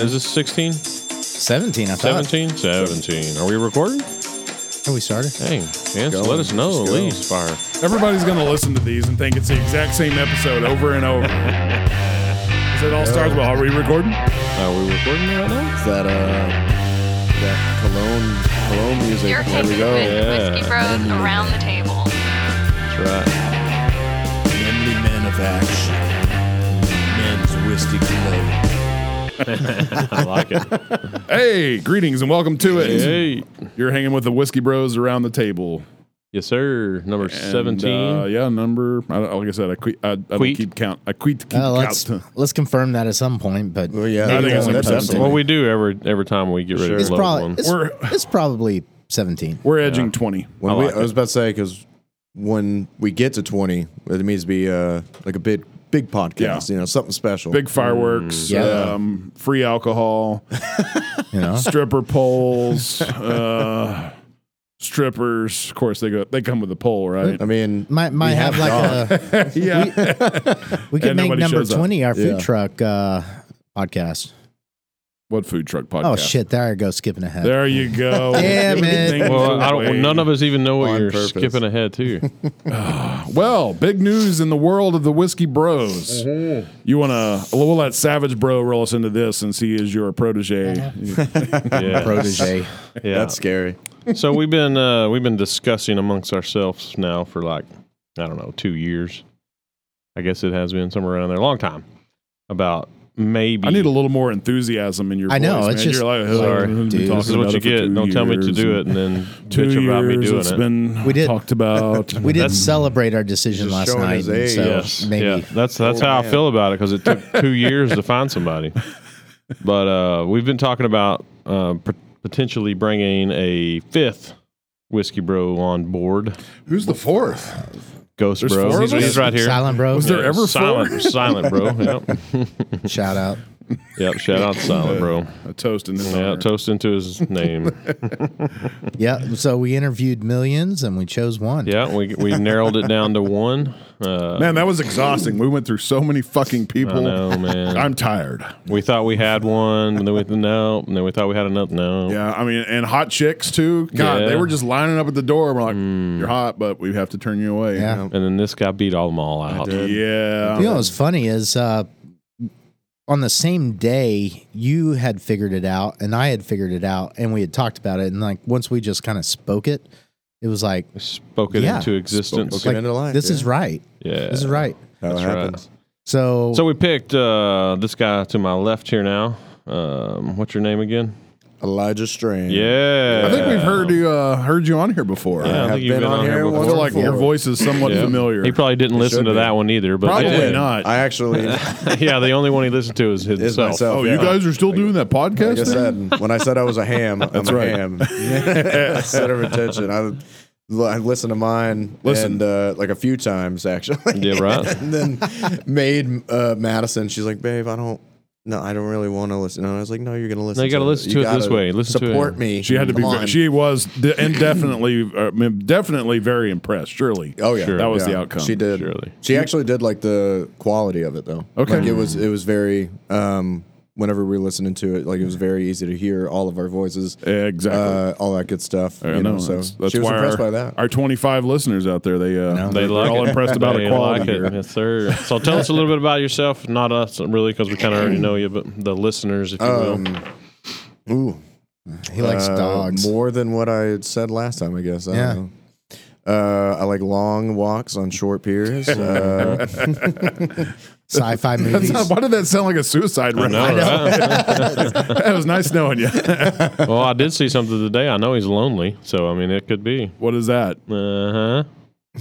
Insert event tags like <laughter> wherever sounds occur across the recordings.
Is this 16? 17, I thought. 17? 17. Are we recording? Have we started? Dang. Chance, Go. let us know at Let's go. least. Fire. Everybody's going to listen to these and think it's the exact same episode over and over. 'Cause it all starts with, are we recording? Are we recording right now? Is that, uh, that cologne, cologne music? You're there taking we go. Whis- Yeah. Whiskey Bros around the table. That's right. Manly men of action. Men's whiskey club. I like it. Hey, greetings and welcome to it. <laughs> Hey. You're hanging with the Whiskey Bros around the table. Yes, sir. Number And, 17. uh, yeah, number. I don't, like I said, I, que- I, I don't Queet. keep count. I quit to keep Uh, let's count. let's confirm that at some point, but Well, yeah, I maybe think we'll it's end up acceptable. doing well, it. we do every every time we get ready it's to love probably one. it's, We're- it's probably 17. We're edging 20. When I I, like we, I was about to say because when we get to twenty, it means to be uh, like a big big podcast. Yeah. You know, something special. Big Mm. fireworks, yeah. um, free alcohol, You know, stripper poles, uh, strippers. Of course, they go. They come with a pole, right? I mean, might might have, like a <laughs> yeah. we <laughs> could And make nobody number shows up. 20 our food Yeah. truck uh, podcast. what food truck podcast? Oh shit, there I go skipping ahead. There you <laughs> go. Damn it. Things well, I away. don't, none of us even know what On you're purpose. skipping ahead to. Well, big news in the world of the whiskey bros. Mm-hmm. You want to? We'll let Savage Bro roll us into this since he is your protege. Yeah. <laughs> Protege. yeah. that's scary. so we've been uh, we've been discussing amongst ourselves now for like I don't know two years. I guess it has been somewhere around there, a long time. About maybe I need a little more enthusiasm in your. I know, voice, it's man. just- You're like, "Ugh, Sorry. I've been Dude, talking This is what about you it for get. two Don't tell me years to do it and and then Two bitch about me years doing it's it. been We did- <laughs> talked about. We did celebrate our decision Just last showing night, his and age. so yes, maybe yeah. That's that's how I feel about it because it <laughs> took two years to find somebody. But uh, we've been talking about uh, pot- potentially bringing a fifth whiskey bro on board. Who's the fourth? Ghost There's bro, four he's, of us? he's right here. silent bro. Was there ever silent, silent bro. Yep. Shout out. yep. Shout out to silent bro. A toast in this. Yeah, honor. toast into his name. Yeah, so we interviewed millions and we chose one. Yeah, we we narrowed it down to one. Uh, Man, that was exhausting. We went through so many fucking I people. know, man. I'm tired. We thought we had one, and then we no, and then we thought we had another no. Yeah, I mean, and hot chicks too. Yeah. God, Mm. they were just lining up at the door. We're like, "You're hot, but we have to turn you away." Yeah. And then this guy beat all them all out. yeah. You know what's funny is uh, on the same day you had figured it out and I had figured it out and we had talked about it and like once we just kind of spoke it, it was like Spoke it Yeah. into existence. Spoke- Okay, like, end of line, this yeah. is right. Yeah. This is right. How it right. happens. So, So we picked uh, this guy to my left here now. Um, what's your name again? Elijah Strain. Yeah. I think we've heard you uh, heard you on here before. Yeah, I I've think you've been, on, here. before. I once feel like before. your voice is somewhat Yeah. familiar. He probably didn't listen should to be. that one either. But Probably yeah. not. I actually, <laughs> <laughs> yeah, the only one he listened to is it's himself. myself. oh, yeah. you guys are still doing that podcast? Like I thing? said, when I said I was a ham, I'm right. a <laughs> ham. <laughs> Center of attention. I, I listened to mine Listen. and uh, like a few times actually. Yeah, <laughs> right. and then made uh, Madison. She's like, babe, I don't. No, I don't really want to listen. And I was like, no, you're gonna listen. No, you gotta to listen to it this gotta way. Listen to it. support me. she had to be. Come ve- on. She was de- and definitely, uh, I mean, definitely very impressed. Surely. Oh yeah, that was Yeah. the outcome. She did. Surely. She actually did like the quality of it though. Okay. Like, it was it was very. Um, whenever we were listening to it, like it was very easy to hear all of our voices. Exactly. Uh, all that good stuff. I you know. know, so that's that's she was why impressed our, by that. our 25 listeners out there, they uh, They they are like all it. <laughs> impressed about They the quality. like it. here. Yes, sir. So tell us a little bit about yourself. Not us, really, because we kind of <clears throat> already know you, but the listeners, if you will. Um, ooh, he likes Uh, dogs. more than what I had said last time. I guess. I Yeah. Don't know. Uh, I like long walks on short <laughs> piers. Uh, Sci-fi That's movies. not- <laughs> why did that sound like a suicide rap? No, right? <laughs> that was nice knowing you. well, I did see something today. I know he's lonely, so I mean, it could be. what is that? Uh huh.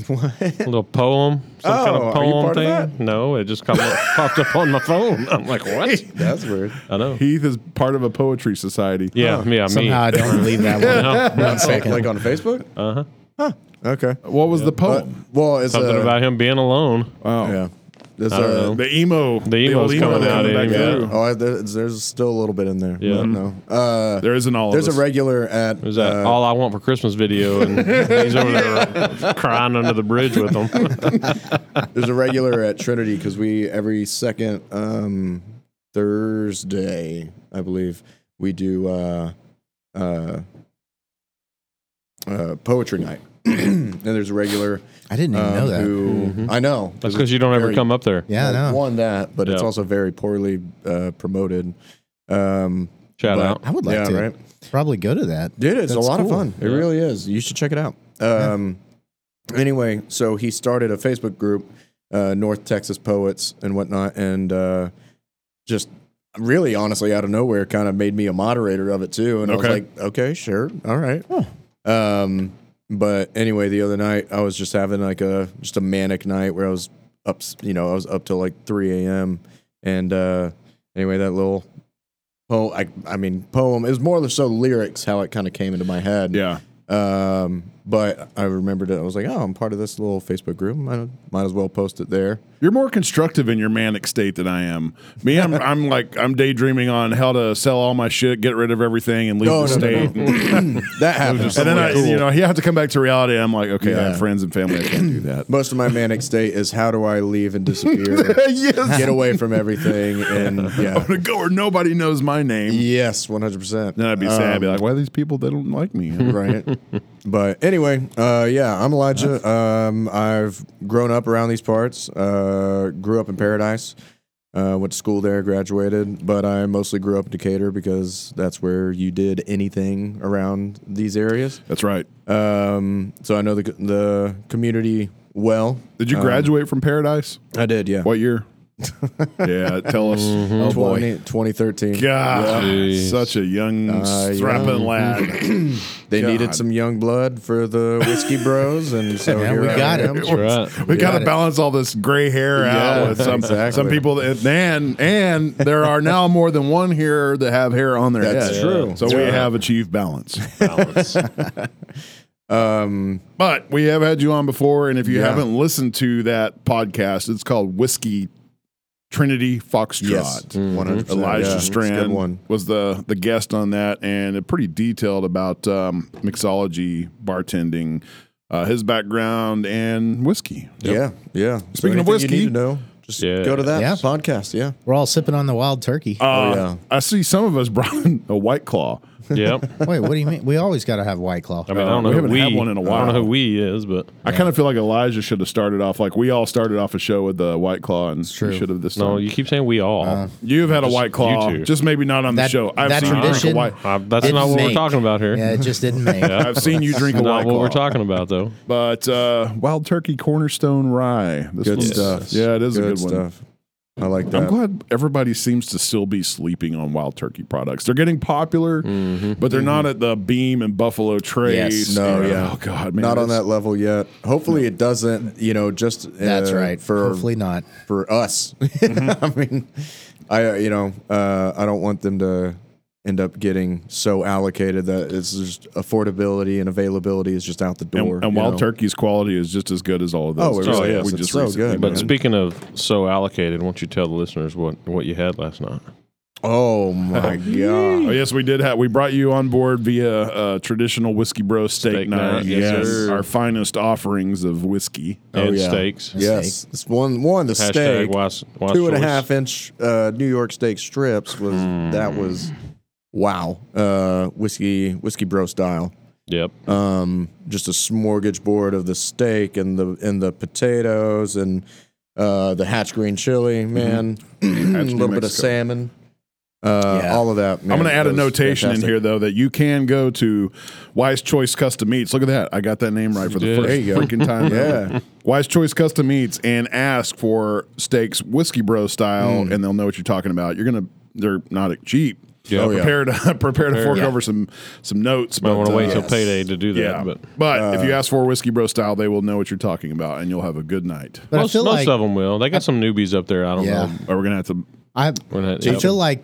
What? A little poem, some kind Oh, of are you poem part of thing. that? No, it just come up, popped up on my phone. I'm like, what? <laughs> that's weird. I know. Heath is part of a poetry society. Yeah, yeah, me. Oh, Somehow I don't believe that one. <laughs> No, One second. Oh, Like on Facebook? Uh-huh. Huh. Okay. What was the But, poem? well, it's something uh, about him being alone. oh, yeah. It's, uh, I don't know. Uh, the emo. The emo's old emo coming that's out coming of back him, yeah. through. Oh, I, there's, there's still a little bit in there. Yeah. Yeah. No. Uh, There isn't all. there's of a us. regular at. It was that uh, all I want for Christmas video, and he's over there crying under the bridge with him. there's a regular at Trinity because we every second um, Thursday I believe, we do uh, uh, uh, poetry night. <clears throat> and there's a regular I didn't even um, know that. who I know. Mm-hmm. That's because you don't ever Very- come up there. yeah, I Well, know. One that, but it's Yeah. also very poorly uh, promoted. Um, Shout but- out. I would like yeah, to right? probably go to that. Dude, it's a That's lot of cool. fun. It really is. You should check it out. Um, Anyway, so he started a Facebook group, uh, North Texas Poets and whatnot, and uh, just really honestly out of nowhere kind of made me a moderator of it too. And Okay. I was like, okay, sure. All right. Um, but anyway, the other night I was just having like a just a manic night where I was up, you know, I was up till like 3 a.m. And uh, anyway, that little po I, I mean, poem it was more or so lyrics how it kind of came into my head. Yeah. Um, but I remembered it. I was like, oh, I'm part of this little Facebook group. Might, might as well post it there. You're more constructive in your manic state than I am. Me, I'm, I'm like I'm daydreaming on how to sell all my shit, get rid of everything, and leave the state. <laughs> that happened. And then I, you know, you have to come back to reality. I'm like, okay, I Yeah. have friends and family. I can't do <laughs> that. Most of my manic state is how do I leave and disappear, <laughs> get away from everything, and I'm yeah, gonna go where nobody knows my name. yes, 100. percent Then I'd be sad. I'd be like, why are these people? They don't like me. <laughs> <laughs> right? But anyway, uh, yeah, I'm Elijah. Um, I've grown up around these parts. Uh, grew up in Paradise. Uh, went to school there, graduated, but I mostly grew up in Decatur because that's where you did anything around these areas. That's right. Um, so I know the the community well. Did you graduate from Paradise? I did, yeah. What <laughs> year? yeah, tell us. Mm-hmm. Oh 20, 2013. God, Jeez. such a young Uh, yeah. Mm-hmm. strapping <clears throat> lad. They God. needed some young blood for the whiskey bros, and <laughs> so Yeah, here we I got it. am. That's right. <laughs> We got got to it. balance all this gray hair out Yeah, with some exactly. some people that and and there are now more than one here that have hair on their That's head. true. So we have achieved balance. Um, But we have had you on before, and if you Yeah. haven't listened to that podcast, it's called Whiskey Trinity Foxtrot. yes, one hundred Elijah Strand Good one. was the the guest on that, and it pretty detailed about um, mixology, bartending, uh, his background, and whiskey. Yeah, yeah. Speaking of anything you whiskey- need to know, just Yeah. go to that Yeah. podcast. Yeah, Oh, We're all sipping on the wild turkey. Uh, yeah. I see some of us <laughs> brought in a White Claw. Yep. Wait, what do you mean? We always got to have White Claw. I mean, I Uh, don't know. we who haven't had one in a I don't while. know who we is, but I kind of feel like Elijah should have started off like we all started off a show with the White Claw, and true. he should have this. no, time. you keep saying we all. You've had a White Claw, you two. just maybe not on the That- show. I've that seen you drink a tradition- White. Uh, that's Didn't not what we're make. talking about here. Yeah, it just didn't make. I've seen you drink a White Not what Claw. we're talking about <laughs> though. But uh, Wild Turkey Cornerstone Rye. This Good one's- stuff. Yeah, it is a good one. One. I like that. I'm glad everybody seems to still be sleeping on wild turkey products. They're getting popular, but they're not at the Beam and Buffalo Trace. Yes. Mm-hmm. No, and- yeah. Oh God, man, Not on that's- that level yet. Hopefully, it doesn't. You know, just uh, That's right. For Hopefully not. for us. <laughs> Mm-hmm. I mean, I uh, you know uh, I don't want them to end up getting so allocated that it's just affordability and availability is just out the door. And, and you Wild know? Turkey's quality is just as good as all of those. Oh, it Just really like is. We It's just so recently good, made. But man. speaking of so allocated, why don't you tell the listeners what, what you had last night? Oh my <laughs> god! Oh yes, we did have. We brought you on board via uh, traditional whiskey bro steak, Steak night. night, yes, sir. our finest offerings of whiskey. and Oh, yeah. steaks. Yes, this one one the Hashtag steak wise, wise two and a choice. half inch uh, New York steak strips was Hmm. that was wow uh, whiskey whiskey bro style. Yep. um, just a smorgasbord of the steak and the and the potatoes and uh, the hatch green chili, Mm-hmm. man. <clears throat> a Hatch New little bit Mexico. of salmon, uh, Yeah. all of that. Man, I'm going to add a That was notation in fantastic. here though that you can go to Wise Choice Custom Meats. Look at that, I got that name right for the did. first There you go. freaking time. ever. <laughs> Yeah. Wise Choice Custom Meats and ask for steaks whiskey bro style, Hmm. and they'll know what you're talking about. You're gonna, they're not cheap. Yeah. Uh, Oh, yeah. prepare to <laughs> prepare to fork Yeah. over some some notes. I want to uh, wait till yes. payday to do that, Yeah, but but, if Uh. you ask for whiskey bro style, they will know what you're talking about, and you'll have a good night. But most, I feel most like of them will. They got some newbies up there. I don't Yeah. know. Or we're gonna have to. I, We're not- I yep. feel like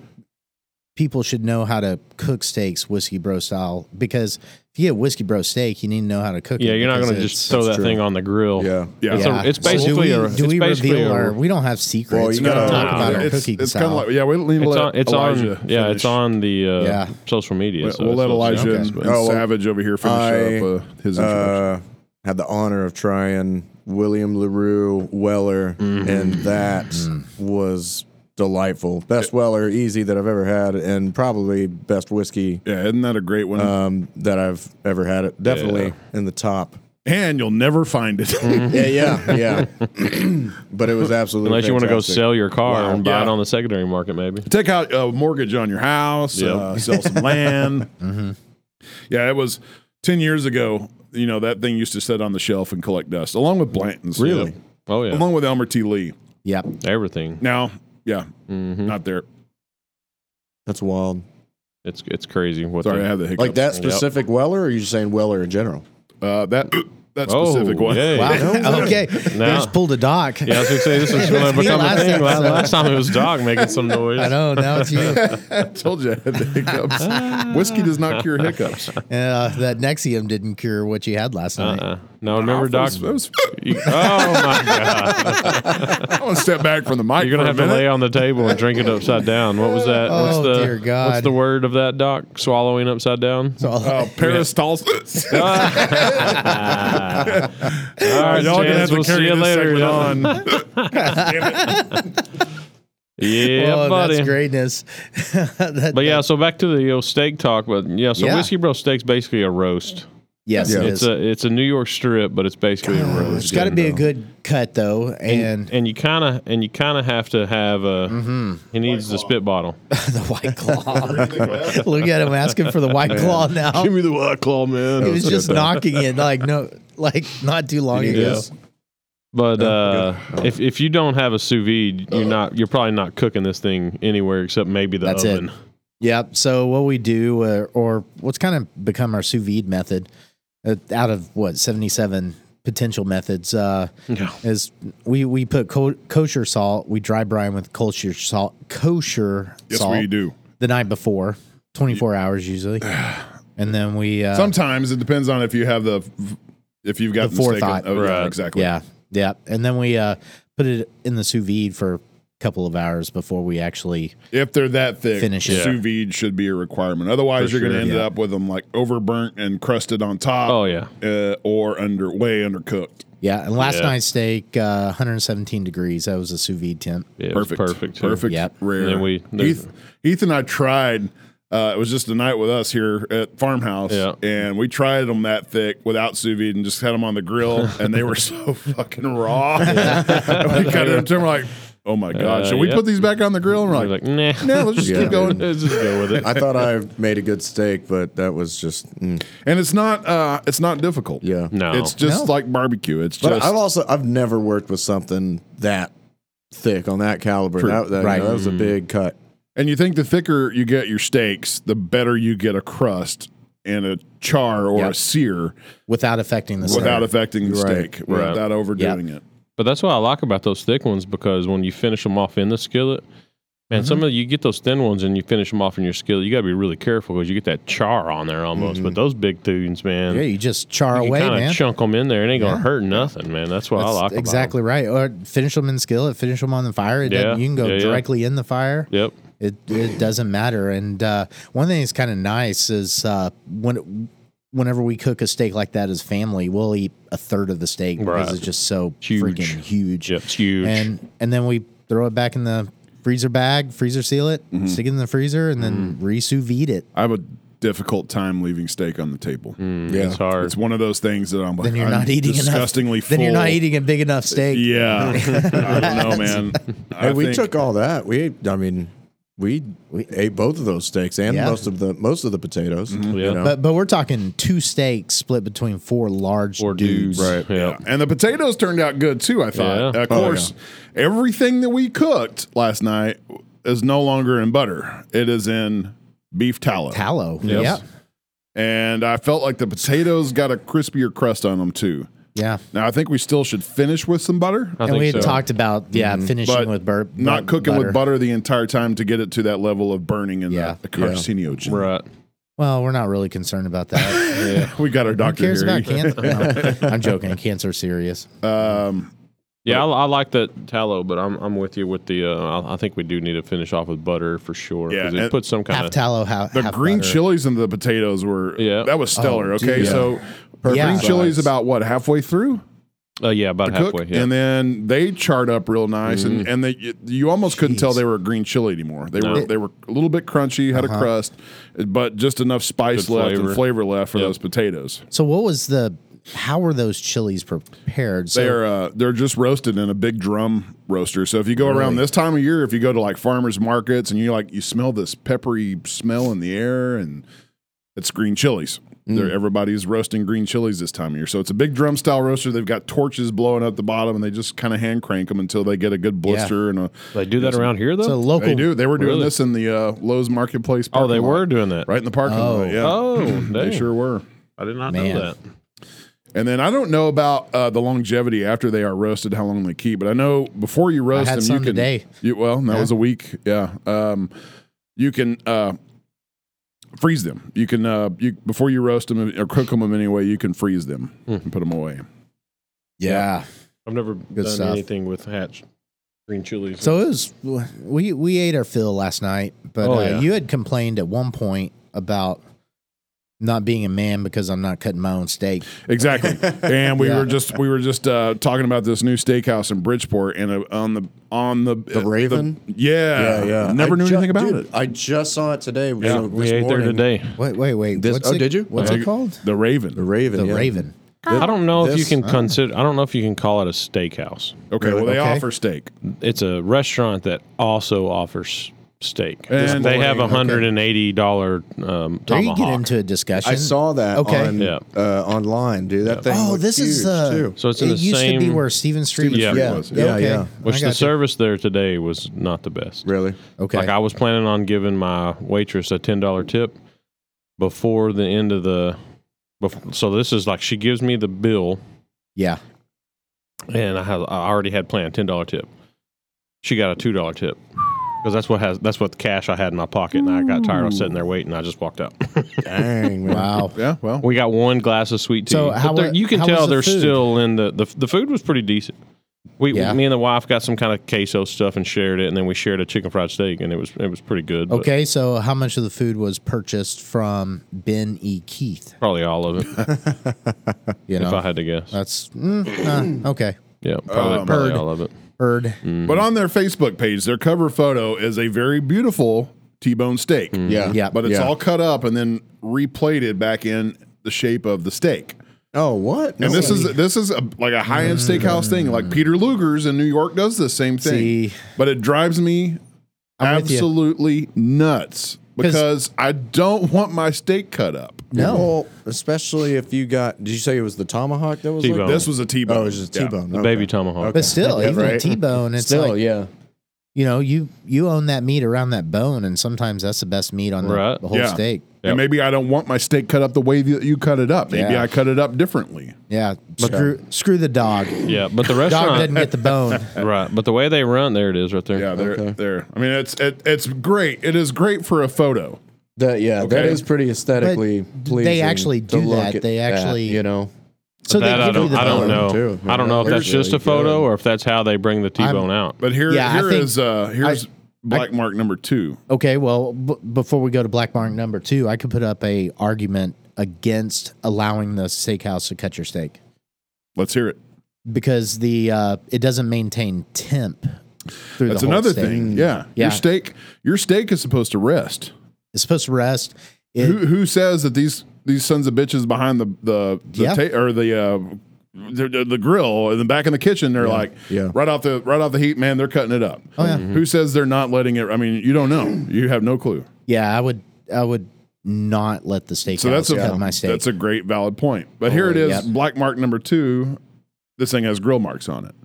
people should know how to cook steaks whiskey bro style because if you get whiskey bro steak, you need to know how to cook it. Yeah, you're not because going to it's- just throw that true. thing on the grill. Yeah. Yeah, It's, Yeah. a, it's So basically do we, a. do it's we basically reveal a- our? We don't have secrets. Well, you we gotta gotta- talk about no, our it's cooking it's kind of style. like yeah, we need to It's let on. It's Elijah. on. Yeah, finish. it's on the uh, Yeah. social media. We'll, so we'll it's let not- Elijah okay. and, and Oh, well, Savage over here finish I, up uh, his introduction. Uh, had the honor of Mm-hmm. trying William Larue Weller, and that was delightful. Best Weller easy that I've ever had, and probably best whiskey Yeah, isn't that a great one? um, that I've ever had. It definitely Yeah. in the top. and you'll never find it. Yeah, yeah, <laughs> yeah. <clears throat> but it was absolutely Unless you want to go fantastic. sell your car and buy Yeah. it on the secondary market, maybe. <laughs> Take out a mortgage on your house, Yep. uh, sell some <laughs> land. Yeah, it was 10 years ago. You know, that thing used to sit on the shelf and collect dust, along with Blanton's. Really? Oh yeah, Along with Elmer T. Lee. Yep. everything. Now, yeah, hmm not there. That's wild. It's it's crazy. What Sorry, the- I had the hiccup. Like that specific Weller, or are you just saying Weller in general? Uh, that that Oh, specific one. yeah. Wow. <laughs> <laughs> No okay. They Now- just pulled a dock. Yeah, I was gonna say this <laughs> is It's gonna me become a last thing. Last, episode. last time it was dog making some noise. <laughs> I know. Now <laughs> it's you. <laughs> I told you I had the <laughs> Uh-uh. hiccups. Whiskey does not cure hiccups. Uh, that Nexium didn't cure what you had last night. Uh-uh. No, remember That dog. was- that was- you- oh <laughs> my god! I want to step back from the mic. You're gonna for a have to minute. lay on the table and drink it upside down. What was that? Oh, what's the dear God. what's the word of that doc? Swallowing upside down. So Oh, peristalsis. <laughs> All All right, y'all gonna gents, have to we'll see carry you this later. segment y'all. on. Yeah, Whoa, buddy. Oh, that's greatness. <laughs> That- But yeah, so back to the you know, steak talk. But yeah, so Yeah. whiskey bro steak's basically a roast. yes, Yeah. it It's is. a it's a New York strip, but it's basically a roast. It's got to be a good cut though, and, and you kind of and you kind of have to have a. He needs the spit bottle. <laughs> the <laughs> white claw. Look at him asking for the white claw now. me the white claw, man. He was just knocking it like no, like not too long need ago. this? But uh, if if you don't have a sous vide, you're not you're probably not cooking this thing anywhere except maybe the That's it. oven. Yep. So what we do, uh, or what's kind of become our sous vide method, uh, out of what seventy seven potential methods, uh, Yeah. is we we put co- kosher salt, we dry brine with kosher salt, kosher Yes, salt we do. the night before, twenty four hours <sighs> usually, and then we uh, Sometimes it depends on if you have the if you've got The the steak- forethought. Oh, yeah, Right. exactly. yeah yeah, and then we uh, put it in the sous vide for a couple of hours before we actually If they're that thick, Finish it. sous vide should be a requirement. Otherwise, you're going to end up with them like overburnt and crusted on top. Oh yeah. uh, or under way undercooked. yeah. And last Yeah. night's steak, uh, one hundred seventeen degrees. That was a sous vide temp. Yeah, it was Perfect. perfect, yeah. perfect, Yep. rare. And then we- Heath, Heath and I tried. Uh, it was just a night with us here at farmhouse, Yeah. and we tried them that thick without sous vide and just had them on <laughs> the grill, and they were so fucking raw. And <laughs> we cut them to 'em, we're like, oh my god, Uh, should we yep. put these back on the grill? And we're We're like, like, nah. no, let's just Yeah. keep <laughs> going. Let's just go with it. <laughs> I thought I made a good steak, but that was just mm, And it's not, uh, it's not difficult. yeah. No. it's just No. like barbecue. It's But just I've also I've never worked with something that thick on that caliber. True. Mm. That, that, Right. that was a big cut. And you think the thicker you get your steaks, the better you get a crust and a char or a Yep. sear without affecting the without steak. affecting the Right, steak, right. without overdoing it. But that's what I like about those thick ones because when you finish them off in the skillet, man, some of the- you get those thin ones and you finish them off in your skillet, you got to be really careful because you get that char on there almost. But those big dudes, man, yeah, you just char you away, kind of man. chunk them in there. It ain't gonna hurt nothing, man. That's what I That's like. about 'em. exactly right. Or finish them in skillet, finish them on the fire. It Yeah, doesn't- you can go yeah, yeah. directly in the fire. Yep. It it doesn't matter. And uh, one thing that's kind of nice is uh, when whenever we cook a steak like that as family, we'll eat a third of the steak Right. because it's just so Huge. freaking huge. Yep. It's huge. And and then we throw it back in the freezer bag, freezer seal it, Mm-hmm. stick it in the freezer, and then re sous vide it. I have a difficult time leaving steak on the table. Yeah. it's hard. It's one of those things that I'm like, Then you're I'm not eating enough. disgustingly full. Then you're not eating a big enough steak. <laughs> Yeah, I don't know, man. I And we think- took all that. We ate, I mean, we, we ate both of those steaks and Yeah. most of the most of the potatoes. Mm-hmm. Yeah. You know? But but we're talking two steaks split between four large Or dudes. dudes. Right. Yep. and the potatoes turned out good too. I thought, Oh, Yeah. of course, everything that we cooked last night is no longer in butter; it is in beef tallow. Tallow. Yes. Yeah. and I felt like the potatoes got a crispier crust on them too. Yeah. Now I think we still should finish with some butter, I and think we had so. talked about yeah finishing Mm-hmm. But with bur- not bu- cooking with butter the entire time to get it to that level of burning and Yeah. the, the carcinogen. Right. Well, we're not really concerned about <laughs> that. We got our Who doctor cares here. about cancer? No, <laughs> I'm joking. Cancer serious. Um, Yeah, I, I like that tallow, but I'm I'm with you with the. Uh, I, I think we do need to finish off with butter for sure. 'cause Yeah, it and- puts some kind Half of tallow, half the half green butter. chilies and the potatoes were Yeah. that was stellar. Oh, okay, dude. so Yeah. green chilies size. about what halfway through. Uh, yeah, about to cook, halfway. Yeah. and then they charred up real nice, and and they you, you almost couldn't tell Mm. Jeez. they were a green chili anymore. They No. were they were a little bit crunchy, Uh-huh. had a crust, but just enough spice Good left flavor. and flavor left for Yep. those potatoes. So what was the? How were those chilies prepared? So They're uh, they're just roasted in a big drum roaster. So if you go around this time of year, if you go to like farmers markets and you like you smell this peppery smell in the air, and it's green chilies. They're, Mm. everybody's roasting green chilies this time of year. So it's a big drum style roaster. They've got torches blowing up the bottom, and they just kind of hand crank them until they get a good blister and a they do that around here though. so local. They do. They were doing Oh, Really? this in the uh, Lowe's Marketplace. oh, they parking were lot. doing that. right in the parking lot. Yeah, <clears throat> Oh, <clears throat> they dang. sure were. I did not Man. know that. And then I don't know about uh, the longevity after they are roasted, how long they keep. But I know before you roast had them, some you can. today. You, well, that Yeah. was a week. Yeah, um, you can uh, freeze them. You can uh, you before you roast them or cook them in any way, you can freeze them Hmm. and put them away. Yeah. I've never done stuff. anything with hatch green chilies. So it was. We we ate our fill last night, but Oh, uh, yeah. you had complained at one point about not being a man because I'm not cutting my own steak. <laughs> Exactly. And we Yeah. were just we were just uh, talking about this new steakhouse in Bridgeport and uh, on the on the uh, The Raven? yeah, yeah. Uh, Never I knew ju- anything about dude, it. I just saw it today. Yeah, this we ate there morning. today. Wait, wait, wait. This- what's oh, it- did you? What's it called? The Raven. The Raven. The yeah. Raven. I don't know if you This- can consider. I don't know if you can call it a steakhouse. Okay, well they Okay. offer steak. It's a restaurant that also offers steak. And- they have a Okay. hundred and eighty dollar um, There you get tomahawk. into a discussion. I saw that Okay. on Yeah. uh, online, dude. That thing. Oh, looked this is huge, the. too. So it's in it the used to be same- where Steven Street. Steven Street yeah. was, yeah. okay. Yeah, yeah. I Which the got you. service there today was not the best. really. Okay. Like I was planning on giving my waitress a ten dollar tip before the end of the. Before, so this is like she gives me the bill, yeah. and I, have, I already had planned ten dollar tip. She got a two dollar tip because that's what has that's what cash I had in my pocket, and I got tired of sitting there waiting. I just walked out. Dang. man. Wow. Yeah, well, we got one glass of sweet tea. So But how they're- wa- you can how tell was the they're food? still in the, the the food was pretty decent. We, Yeah. me and the wife got some kind of queso stuff and shared it, and then we shared a chicken fried steak, and it was it was pretty good. but Okay. So how much of the food was purchased from Ben E. Keith? probably all of it <laughs> You if I know, had to guess. that's mm, uh, okay. Yeah, probably, probably Oh. Um, Heard. all of it. Heard. Mm. but on their Facebook page, their cover photo is a very beautiful T-bone steak. Yeah. Yeah. But it's Yeah. all cut up and then replated back in the shape of the steak. Oh, what? And No this is way. this is a, like a high end Mm. steakhouse thing. Like Peter Luger's in New York does the same thing, See. but it drives me I'm with you. absolutely nuts 'Cause- because I don't want my steak cut up. No. Well, especially if you got. Did you say it was the tomahawk that was? T-bone. Like, This was a T-bone. oh, it was just Yeah. T-bone. The okay. baby tomahawk. Okay. But still, Yeah, even a right. T-bone, it's Still, like yeah. you know, you you own that meat around that bone, and sometimes that's the best meat on the, Right. the whole Yeah. steak. Yep. And maybe I don't want my steak cut up the way that you cut it up. Maybe Yeah. I cut it up differently. Yeah, screw screw the dog. Yeah, but the <laughs> Dog didn't restaurant, get the bone. right? <laughs> But the way they run, there it is, right there. Yeah, they're Okay. they're. I mean, it's it, it's great. It is great for a photo. That yeah, that Okay. is pretty aesthetically But pleasing. they actually to do look that. at They that, actually- you know, So that they I give you don't, the I don't bone. know. too. I don't know if They're that's just really a photo good. or if that's how they bring the T-bone out. But here, Yeah, I here think- is uh, here's Black Mark number two. Okay, well, b- before we go to black mark number two, I could put up a argument against allowing the steakhouse to cut your steak Let's hear it. because the uh, it doesn't maintain temp. Through That's the whole another steak. thing. Yeah. Yeah. your steak. Your steak is supposed to rest. It's supposed to rest. It, who who says that these these sons of bitches behind the the, the Yeah. ta- or the uh, the, the- the grill in the back in the kitchen they're like yeah. right off the right off the heat man they're cutting it up Oh, yeah. who says they're not letting it i mean you don't know you have no clue yeah, I would I would not let the steakhouse so that's a cut my steak. that's a great valid point but here it is Yep. black mark number two this thing has grill marks on it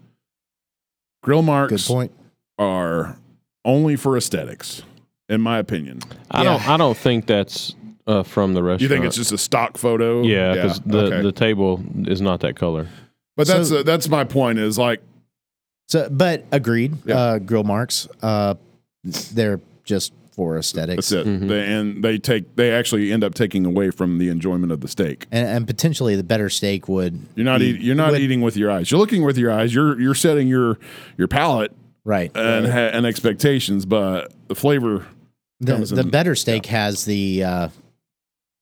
grill Good marks point. are only for aesthetics in my opinion I Yeah. don't. I don't think that's uh, from the restaurant. you think it's just a stock photo yeah, because the okay. the table is not that color. but that's So- uh that's my point is like So, but agreed. Yeah. Uh, grill marks. Uh, they're just for aesthetics That's it. Mm-hmm. They, and they take they actually end up taking away from the enjoyment of the steak. and, and potentially the better steak would You're not eat, you're not When- eating with your eyes. You're looking with your eyes. You're you're setting your your palate right. and ha- and expectations, but the flavor the, comes the in- better steak has the uh,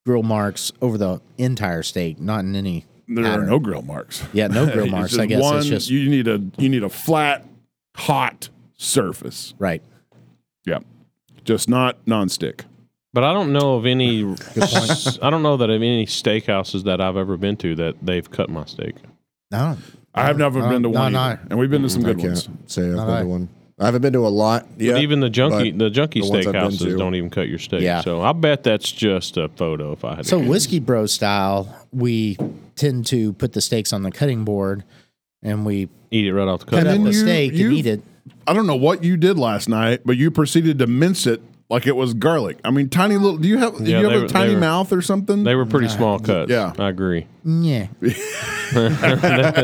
grill marks over the entire steak, not in any There are Pattern. no grill marks. Yeah, no grill <laughs> It's marks. just I guess one- it's just you need a you need a flat, hot surface. right. Yeah, just not nonstick. But I don't know of any. I don't know that of any steakhouses that I've ever been to that they've cut my steak. No, I have never no, Uh, been to no, one, no. either. and we've been to Mm, some I good can't ones. say I've Not been I. to one. I haven't been to a lot. Yeah, But even the junkie, the junkie the ones I've been steakhouses to. don't even cut your steak. Yeah. So I bet that's just a photo. If I had <clears throat> So to guess. whiskey bro style, we tend to put the steaks on the cutting board, and we eat it right off the cut cut. up then the you- steak you- and eat it. I don't know what you did last night, but you proceeded to mince it like it was garlic. I mean, tiny little. Do you have? Do Yeah, you have they a were- tiny they were- mouth or something? They were pretty small cuts. yeah. I agree. <laughs> Yeah, <laughs> they,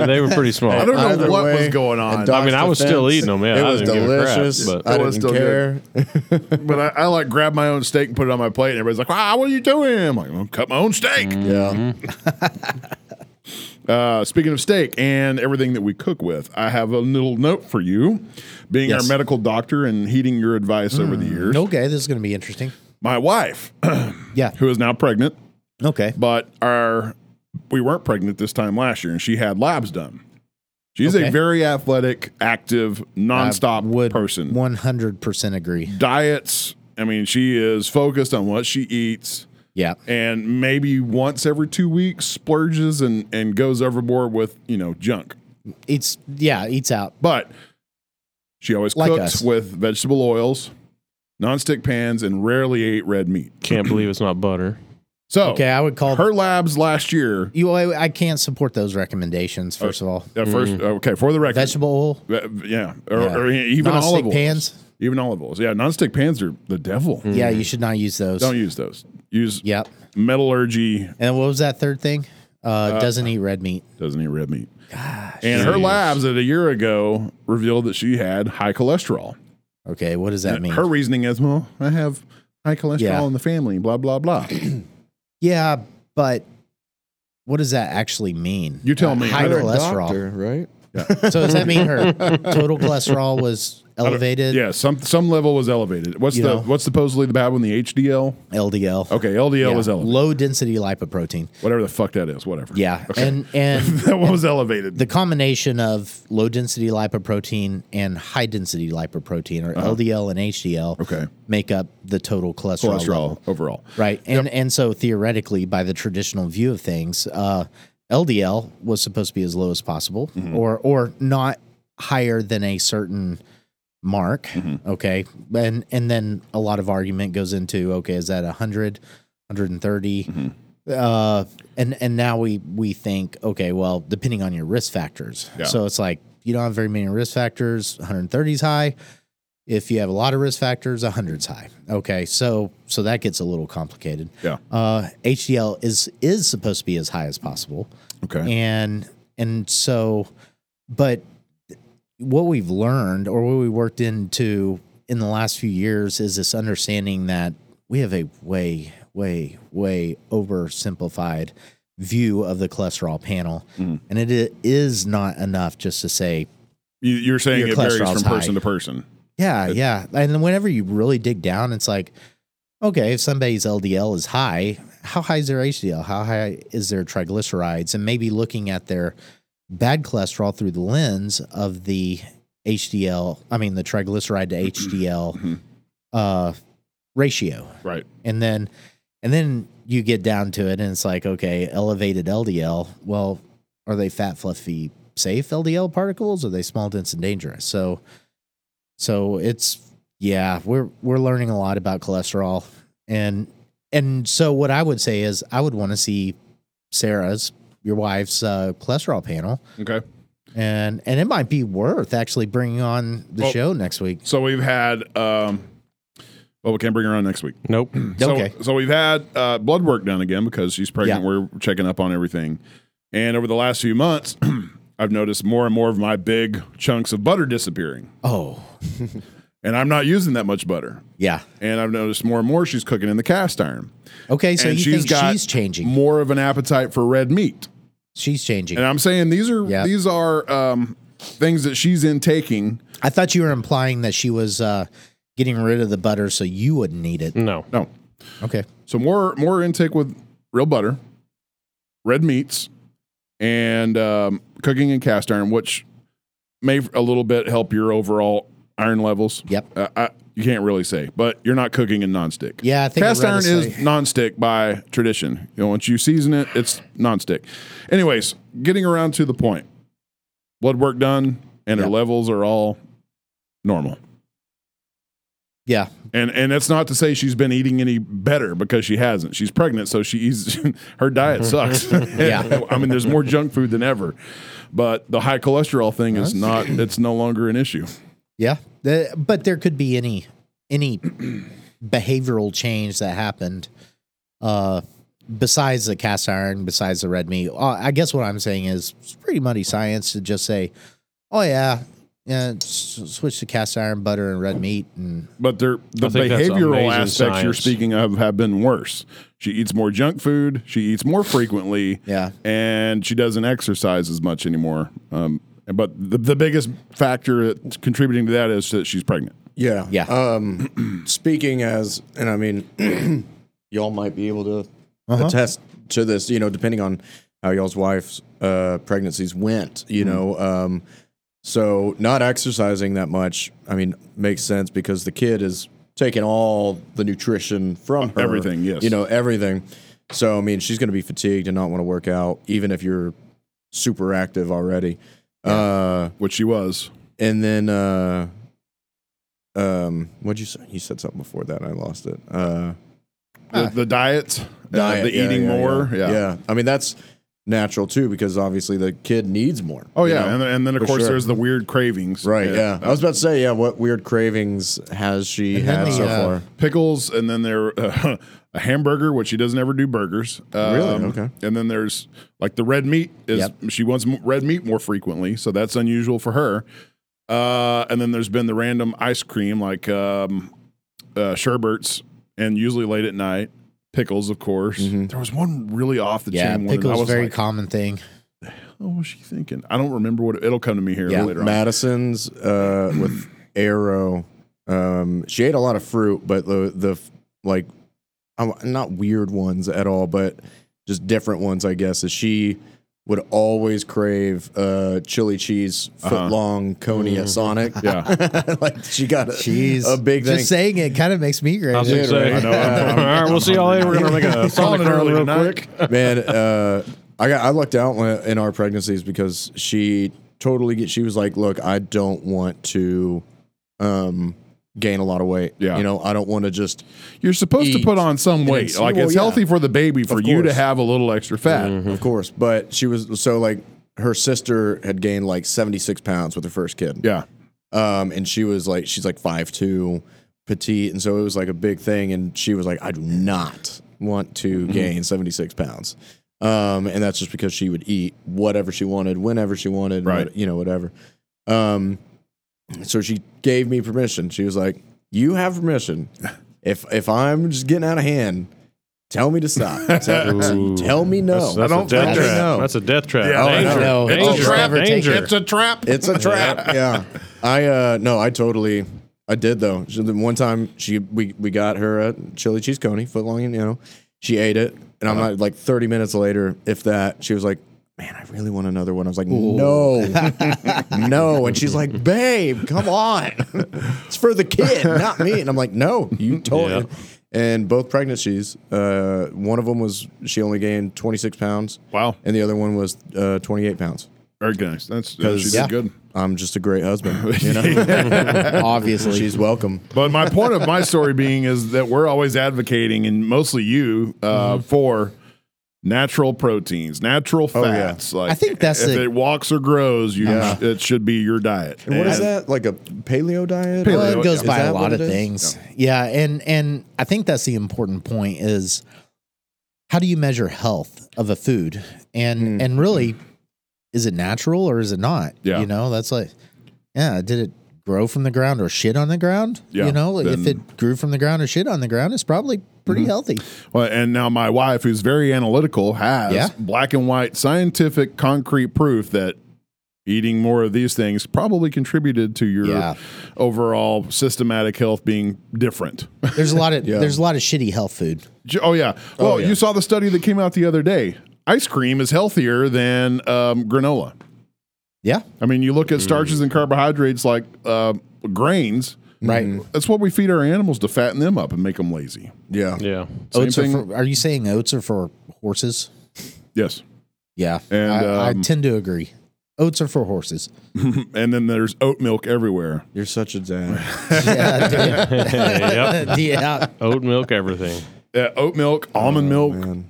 they were pretty small. I don't know Either what way, was going on, and I mean, I was still Defense. eating them. Yeah, it I was didn't give a crap, delicious. but- I It was didn't still care. but I, I like grabbed my own steak and put it on my plate, and everybody's like, "Ah, what are you doing?" I'm like, "I'm gonna cut my own steak." Yeah, <laughs> Uh, speaking of steak and everything that we cook with, I have a little note for you. Being Yes. Mm. our medical doctor and heeding your advice over the years, okay, this is going to be interesting. my wife, <clears throat> Yeah, who is now pregnant, okay, but our we weren't pregnant this time last year, and she had labs done. She's Okay. a very athletic, active, nonstop would person. one hundred percent agree. Diets. I mean, she is focused on what she eats, Yeah, and maybe once every two weeks splurges and and goes overboard with you know junk. eats. Yeah, eats out. But she always Like cooked us. with vegetable oils, nonstick pans, and rarely ate red meat. Can't believe it's not butter. So Okay, I would call Oh, her labs last year. you. I, I can't support those recommendations. First of all, At first, Oh, uh, okay, for the record, vegetable oil, Uh, yeah, or, Mm. Yeah. or e-, even nonstick olive oils. pans. Mm. Even olive oils. Yeah, nonstick pans are the devil. Yeah, you should not use those. Mm. Don't use those. Use Yep. metallurgy. And what was that third thing? Uh, doesn't eat red meat. Doesn't eat red meat. and her labs at a year ago revealed that she had high cholesterol. Okay, what does that mean? Her reasoning is, well, I have high cholesterol Yeah. in the family. Blah blah blah. yeah, but what does that actually mean? You tell me. Uh, High I don't- cholesterol. doctor, right? So does that mean <laughs> her total cholesterol was elevated? Yeah, some some level was elevated. What's You the know? what's supposedly the bad one? The HDL. LDL. Okay, LDL Yeah, was elevated. Low density lipoprotein. Whatever the fuck that is. Whatever. Yeah. Okay. And and <laughs> that one was elevated. the combination of low density lipoprotein and high density lipoprotein or LDL and HDL Uh-huh. Okay. make up the total cholesterol. level. cholesterol overall. Right. And and so theoretically, by the traditional view of things, uh, LDL was supposed to be as low as possible, or or not higher than a certain mark. Okay, and and then a lot of argument goes into okay, is that 100, 130? Uh, and and now we we think okay, well, depending on your risk factors. Yeah. So it's like you don't have very many risk factors. 130 is high if you have a lot of risk factors, 100's high. Okay, so so that gets a little complicated. Yeah. Uh, HDL is is supposed to be as high as possible, Okay. and and so, but what we've learned or what we worked into in the last few years is this understanding that we have a way, way, way oversimplified view of the cholesterol panel, and it i- is not enough just to say You, you're saying Your it varies cholesterol's from person high. to person. yeah, yeah. And then whenever you really dig down, it's like, okay, if somebody's LDL is high, how high is their HDL? How high is their triglycerides? And maybe looking at their bad cholesterol through the lens of the HDL, I mean, the triglyceride to HDL uh, ratio. Right. And then, and then you get down to it and it's like, okay, elevated LDL. Well, are they fat, fluffy, safe LDL particles? Are they small, dense, and dangerous? So, so it's yeah, we're we're learning a lot about cholesterol, and and so what I would say is I would want to see Sarah's your wife's uh, cholesterol panel, Okay. and and it might be worth actually bringing on the Well- show next week. So we've had. Um, well, we can't bring her on next week. Nope. So, okay, So we've had uh, blood work done again because she's pregnant. Yeah. We're checking up on everything. And over the last few months, <clears throat> I've noticed more and more of my big chunks of butter disappearing. oh And I'm not using that much butter. yeah, And I've noticed more and more she's cooking in the cast iron. okay. So and you think she's changing? more of an appetite for red meat. She's changing. And I'm saying these are Yeah. these are um, things that she's intaking. I thought you were implying that she was uh, getting rid of the butter so you wouldn't need it. No. No, Okay. so more more intake with real butter, red meats, and um, cooking in cast iron, which may a little bit help your overall iron levels. Yep. Uh, I, you can't really say, but you're not cooking in nonstick. Yeah, I think cast I'd rather iron is say- nonstick by tradition. You know, once you season it, it's nonstick. Anyways, getting around to the point, blood work done, and her Yep. levels are all normal. Yeah. And and that's not to say she's been eating any better because she hasn't. She's pregnant, so she eats <laughs> her <laughs> diet sucks. Yeah. <laughs> I mean, there's more junk food than ever. But the high cholesterol thing is Yes. not it's no longer an issue. Yeah. The- but there could be any any <clears throat> behavioral change that happened uh besides the cast iron, besides the red meat. Uh, I guess what I'm saying is it's pretty muddy science to just say, "Oh yeah, yeah, s- switch to cast iron, butter and red meat and But they're, the I think that's behavioral amazing aspects you're science. speaking of have been worse. She eats more junk food. She eats more frequently. Yeah. and she doesn't exercise as much anymore. Um, but the, the biggest factor that's contributing to that is that she's pregnant. Yeah. Yeah. Um, <clears throat> speaking as, and I mean, <clears throat> y'all might be able to Uh-huh. attest to this, you know, depending on how y'all's wife's uh, pregnancies went, you Mm-hmm. know. Um, so not exercising that much, I mean, makes sense because the kid is taking all the nutrition from her. Everything, yes. You know, everything. So, I mean, she's going to be fatigued and not want to work out, even if you're super active already. Uh, which she was. and then uh um what'd you say you said something before that and i lost it uh The, the diets, uh, diet, the yeah, eating yeah, more. Yeah. i mean that's natural too because obviously the kid needs more Oh you yeah, know? and, and then of for course sure. there's the weird cravings. right yeah. i was about to say yeah what weird cravings has she And then had the, so uh, far Pickles, and then there uh, <laughs> a hamburger, which she doesn't ever do burgers. Um, Really? Okay. And then there's like the red meat is Yep. she wants m- red meat more frequently, so that's unusual for her. Uh, and then there's been the random ice cream like um, uh, sherbets, and usually late at night. Pickles, of course. Mm-hmm. There was one really off the yeah, chain. one, and I pickles was very like, common thing. oh, what was she thinking? I don't remember what it, will come to me here Yeah. later on. madison's uh with arrow um she ate a lot of fruit but the the like um, not weird ones at all but just different ones i guess is she would always crave uh chili cheese Uh-huh. foot long coney Mm. at sonic yeah <laughs> like she got a, Jeez. <laughs> a big thing Just saying it kind of makes me I great. was gonna say, <laughs> right? all right, we'll see y'all later. We're gonna make <laughs> <laughs> a Calling Sonic it run early real tonight. quick. man uh i got i lucked out when, in our pregnancies because she totally get, she was like look i don't want to um gain a lot of weight Yeah. you know i don't want to just You're supposed to eat put on some and weight. it's- Like well, it's yeah. healthy for the baby for Of you to course. Mm-hmm. have a little extra fat. Mm-hmm. of course but she was so like her sister had gained like 76 pounds with her first kid Yeah. um, and she was like, she's like five two, petite, and so it was like a big thing. And she was like, I do not want to Mm-hmm. gain seventy six pounds, um, and that's just because she would eat whatever she wanted, whenever she wanted, Right. what- you know, whatever. Um, so she gave me permission. She was like, "You have permission. If if I'm just getting out of hand, tell me to stop. <laughs> Tell, tell me That's, no. that's I don't a death think trap. so. That's a death trap. Yeah, I danger. know. It's a Danger. trap. Danger. It's a trap. It's a trap. yeah. I uh no, I totally I did though. She- the One time she we we got her a chili cheese coney foot long, you know. She ate it and I'm not like 30 minutes later if that she was like Man, I really want another one. I was like, no, no. And she's like, babe, come on. <laughs> it's for the kid, not me. And I'm like, no, you told Yeah. And both pregnancies, uh, one of them was she only gained 26 pounds, Wow. and the other one was uh, 28 pounds. Very nice. That's yeah, she did Yeah. good. I'm just a great husband. You <laughs> know, <laughs> Obviously. she's welcome. But my point <laughs> of my story being is that we're always advocating, and mostly you, uh, Mm-hmm. for natural proteins, natural Oh, yeah. fats. Like I think that's if a- it walks or grows, you Yeah. it should be your diet. And what is And- that? Like a paleo diet? Paleo, Well, it goes Is by that a lot what of it is? things. Yeah. and and I think that's the important point is how do you measure health of a food? And and really is it natural or is it not? Yeah. You know, that's like yeah, did it grow from the ground or shit on the ground? Yeah, you know, if then- it grew from the ground or shit on the ground, it's probably pretty healthy. Well, and now my wife, who's very analytical, has Yeah. black and white scientific concrete proof that eating more of these things probably contributed to your Yeah. overall systematic health being different. <laughs> There's a lot of there's a lot of shitty health food. J- oh yeah. Well, yeah. you saw the study that came out the other day ice cream is healthier than um, granola. Yeah. I mean, you look at starches and carbohydrates like uh, grains. Mm-hmm. Right. That's what we feed our animals to fatten them up and make them lazy. Yeah. Yeah. <laughs> Same oats thing. are for, are you saying oats are for horses? yes. Yeah. And, I, um, I tend to agree. Oats are for horses. <laughs> And then there's oat milk everywhere. You're such a dad. <laughs> Yeah. yep. dude. <laughs> yeah. Oat milk, <laughs> everything. Uh, oat milk, almond milk. Oh, Man.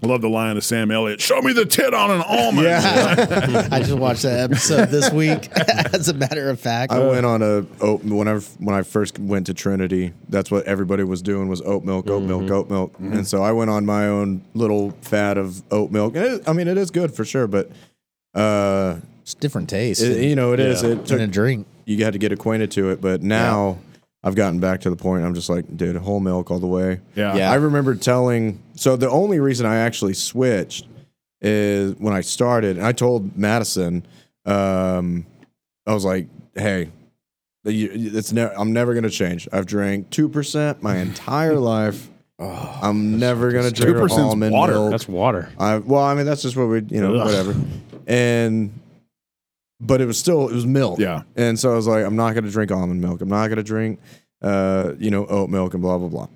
I love the line of Sam Elliott. Show me the tit on an almond. Yeah. I just watched that episode this week. <laughs> As a matter of fact. I went on a oat when I when I first went to Trinity. That's what everybody was doing was oat milk, oat Mm-hmm. milk, oat milk. And so I went on my own little fad of oat milk. And it, I mean, it is good for sure, but uh, it's different taste. it- you know, it is. It in took a drink. you had to get acquainted to it. But now I've gotten back to the point. I'm just like, dude, whole milk all the way. Yeah. I remember telling. So the only reason I actually switched is when I started, and I told Madison, um, I was like, hey. you- It's ne- I'm never gonna change. I've drank two percent my entire life. I'm never gonna drink 2% 's almond water. milk. That's water. I well, I mean that's just what we you know Ugh. whatever, and but it was still it was <laughs> milk. Yeah. and so I was like, I'm not gonna drink almond milk. I'm not gonna drink uh you know oat milk and blah blah blah.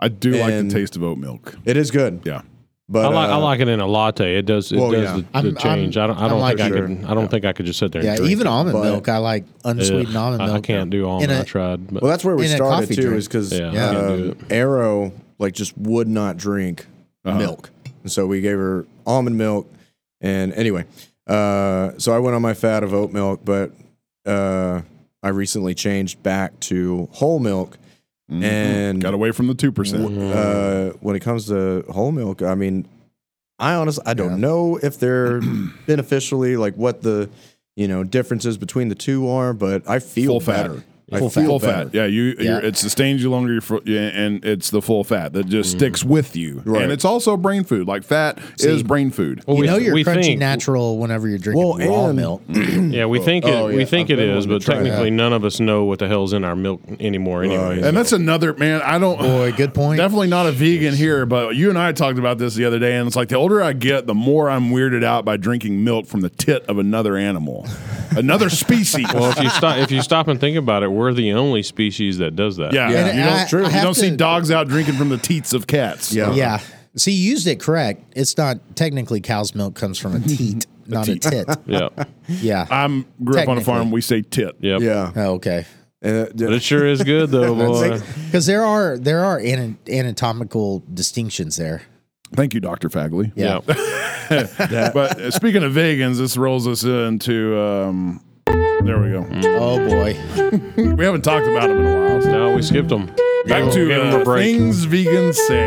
I do like the And- taste of oat milk. It is good. Yeah. But I like I uh, like it in a latte. It does it Well, does yeah. the, the I'm- change. I don't I I'm don't think like I sure. could I don't think I could just sit there. Yeah, and drink. even almond but- milk. I like unsweetened Ugh, almond I- milk. I can't do In almond. a- I tried, but Well, that's where we in a started coffee too, drink. is because Yeah, I can't do it. Uh-huh. Arrow like just would not drink milk, and so we gave her almond milk. And anyway, uh, so I went on my fad of oat milk, but uh, I recently changed back to whole milk. Mm-hmm. And Mm-hmm. Got away from the 2%. Mm. uh, when it comes to whole milk, I mean, I honestly I don't Yeah. know if they're <clears throat> beneficially like what the you know differences between the two are, but I feel Full fatter. better. I full, feel full better. fat. Yeah, you. You're, it sustains you longer, you're fu- yeah, and it's the full fat that just sticks with you. Mm-hmm. Right. And it's also brain food. Like fat is brain food. Well, You we- know you're we crunchy think- natural whenever you're drinking Well, raw and- milk. Yeah, we think it, oh, yeah. we think I've it been is, wanting to but try that. technically none of us know what the hell's in our milk anymore. Oh, Anyway, And that's another man. I don't. Boy, <laughs> good point. Definitely not a vegan here, but you and I talked about this the other day, and it's like the older I get, the more I'm weirded out by drinking milk from the tit of another animal, another species. well, if you stop if you stop and think about it, we're the only species that does that. yeah, And you I- don't, I you have don't see to- dogs out drinking from the teats of cats. Yeah. Yeah. See, you used it correct. It's not technically cow's milk comes from a <laughs> teat, not a tit. yeah, Yeah. I'm grew up on a farm. Technically. We say tit. yep. <laughs> Yeah. Oh, okay. And, But it sure is good <laughs> though, boy. Because there are there are ana- anatomical distinctions there. Thank you, Doctor Fagley. Yeah. but uh, speaking of vegans, this rolls us into. Um, there we Mm. go. Oh boy. <clears throat> We haven't talked about them in a while. so- No, we skipped them. Back to give 'em uh, a break. things vegans say.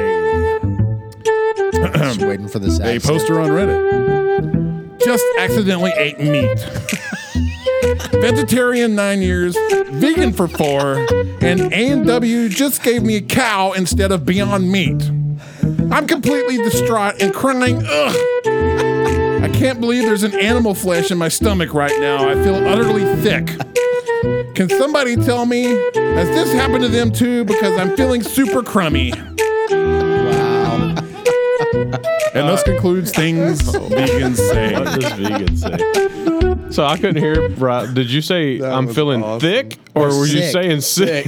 Just waiting for this. A accent. poster on Reddit. Just accidentally ate meat. <laughs> Vegetarian nine years, vegan for four, and A&W just gave me a cow instead of Beyond Meat. I'm completely distraught and crying. Ugh. I can't believe there's an animal flesh in my stomach right now. I feel utterly thick. Can somebody tell me, has this happened to them too? Because I'm feeling super crummy. And thus <laughs> concludes things vegans What say. does vegan say? So I couldn't hear. it Right? Did you say I'm was feeling awesome. thick, or were you sick. saying sick?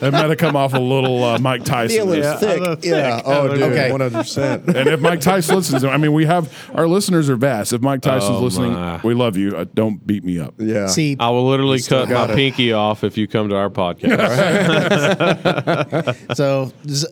That might have come off a little uh, Mike Tyson. yeah. Yeah. Oh, dude. Okay. <laughs> 100%. And if Mike Tyson listens, I mean, we have our listeners are vast. If Mike Tyson's Oh, listening, my. we love you. Uh, don't beat me up. Yeah. See, I will literally cut my got it. pinky off if you come to our <laughs> podcast. so z-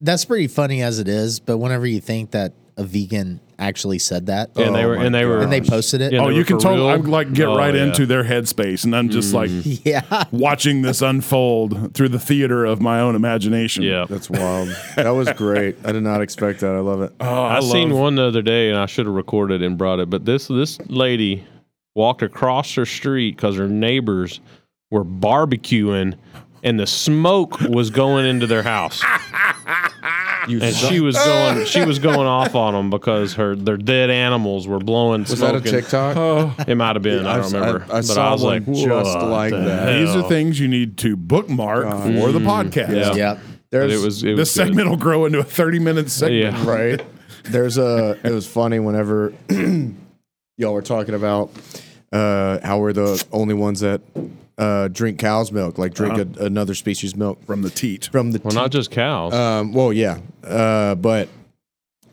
that's pretty funny as it is, but whenever you think that a vegan actually said that And they Oh were my and they were and they posted it, Yeah. Oh, they you were can for totally real? I'm like get Oh, right yeah. Mm-hmm. into their headspace, and I'm just like <laughs> yeah, watching this unfold through the theater of my own imagination. Yeah. That's wild. That was great. I did not expect that. I <laughs> love it. Oh, I, I, love- seen one the other day, and I should have recorded and brought it. But this this lady walked across her street because her neighbors were barbecuing, and the smoke was going into their house. You And suck. she <laughs> was going she was going off on them because her their dead animals were blowing was that a smoke and- TikTok? It might have been. I I- don't remember. I but saw I was one like, just "What like the that." hell?" Mm-hmm. These are things you need to bookmark for the podcast. Yeah. yeah. But There's it was it was This good. segment will grow into a 30 minute segment. <laughs> Yeah. right. There's a. It was funny whenever <clears throat> y'all were talking about uh, how we're the only ones that uh, drink cow's milk, like drink a, another species milk from the teat. Uh-huh. from the. Well, not just cows. Um, well, yeah, uh, but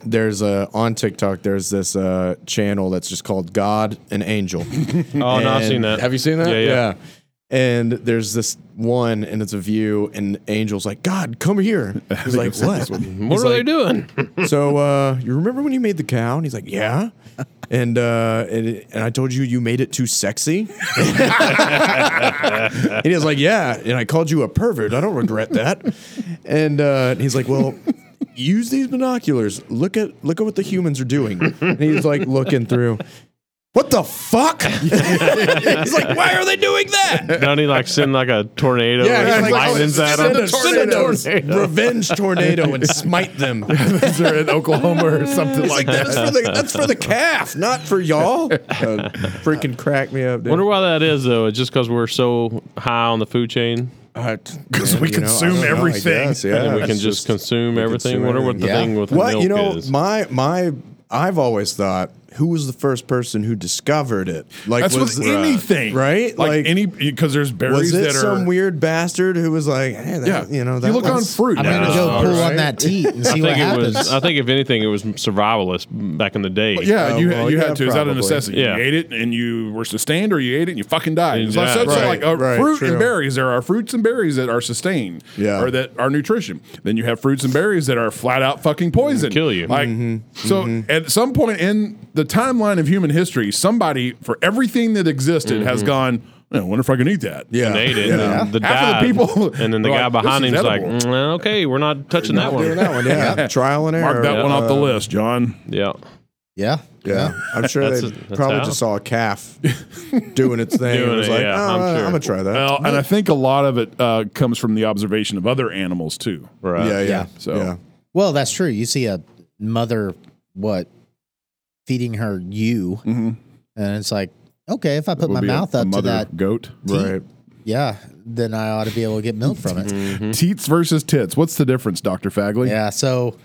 there's a on TikTok. There's this uh, channel that's just called God and <laughs> Angel. oh, no, I've And- seen that. Have you seen that? Yeah, yeah. And there's this one, and it's a view, and Angel's like, "God, come <laughs> here." He's like, "What?" What are they <laughs> doing? so uh, you remember when you made the cow? And he's like, "Yeah." And uh, and, it- and I told you you made it too sexy. <laughs> and he was like, "Yeah." And I called you a pervert. I don't regret that. And, uh, and he's like, "Well." Use these binoculars. Look at look at what the humans are doing. And he's like looking through. What the fuck? <laughs> he's like, why are they doing that? Don't he like send like a tornado or he's some like, lightnings oh, at send him? a <laughs> tornado, revenge tornado, and smite them. They're in Oklahoma or something It's like like that's that. for the that's for the calf, not <laughs> for y'all. Uh, freaking crack me up, dude. Wonder why that is though. It's just because we're so high on the food chain Because we consume everything. yeah, and we can It's just, consume everything. consume Wonder what the everything. thing with what milk you know. is. My my, I've always thought who was the first person who discovered it. Like That's was with anything, right? Like, Like- any because there's berries was it that are some weird bastard who was like, hey, yeah. that, you know, that you look on one's- fruit. I'm now. gonna go pull right. on that teat and I see what think it happens. was. I think if anything, it was survivalist back in the day. Yeah, Oh, you, well, you yeah, had to. It's out probably. of necessity. Yeah. You ate it and you were sustained, or you ate it and you fucking died. It's like- so it's Exactly. like uh, Right, right, fruit true. and berries. There are fruits and berries that are sustained, Yeah. or that are nutrition. Then you have fruits and berries that are flat out fucking poison, Kill you. Like Mm-hmm. so, at some point in the timeline of human history, somebody for everything that existed has gone. I wonder if I can eat that. Mm-hmm. Yeah. And ate it. Yeah. And the Half of the died, <laughs> people and then the were guy like, behind "This him's is like, edible." "Mm, "Okay, we're not touching that one." Doing that one, yeah. Trial and error. Mark that one off the Uh, list, John. Yeah, yeah. Yeah, I'm sure That's they a- that's probably how. just saw a calf <laughs> doing its thing. Doing and was it, like, yeah, oh, I'm I'm, sure. gonna try that. Well, and I think a lot of it uh, comes from the observation of other animals too. right. yeah, yeah, Yeah. So- yeah. Well, that's true. You see a mother what feeding her you, Mhm. and it's like, okay, if I put my Would be a- mouth a up to mother that, goat. right. yeah, then I ought to be able to get milk from it. Mm-hmm. Teats versus tits. What's the difference, Doctor Fagley? yeah. So,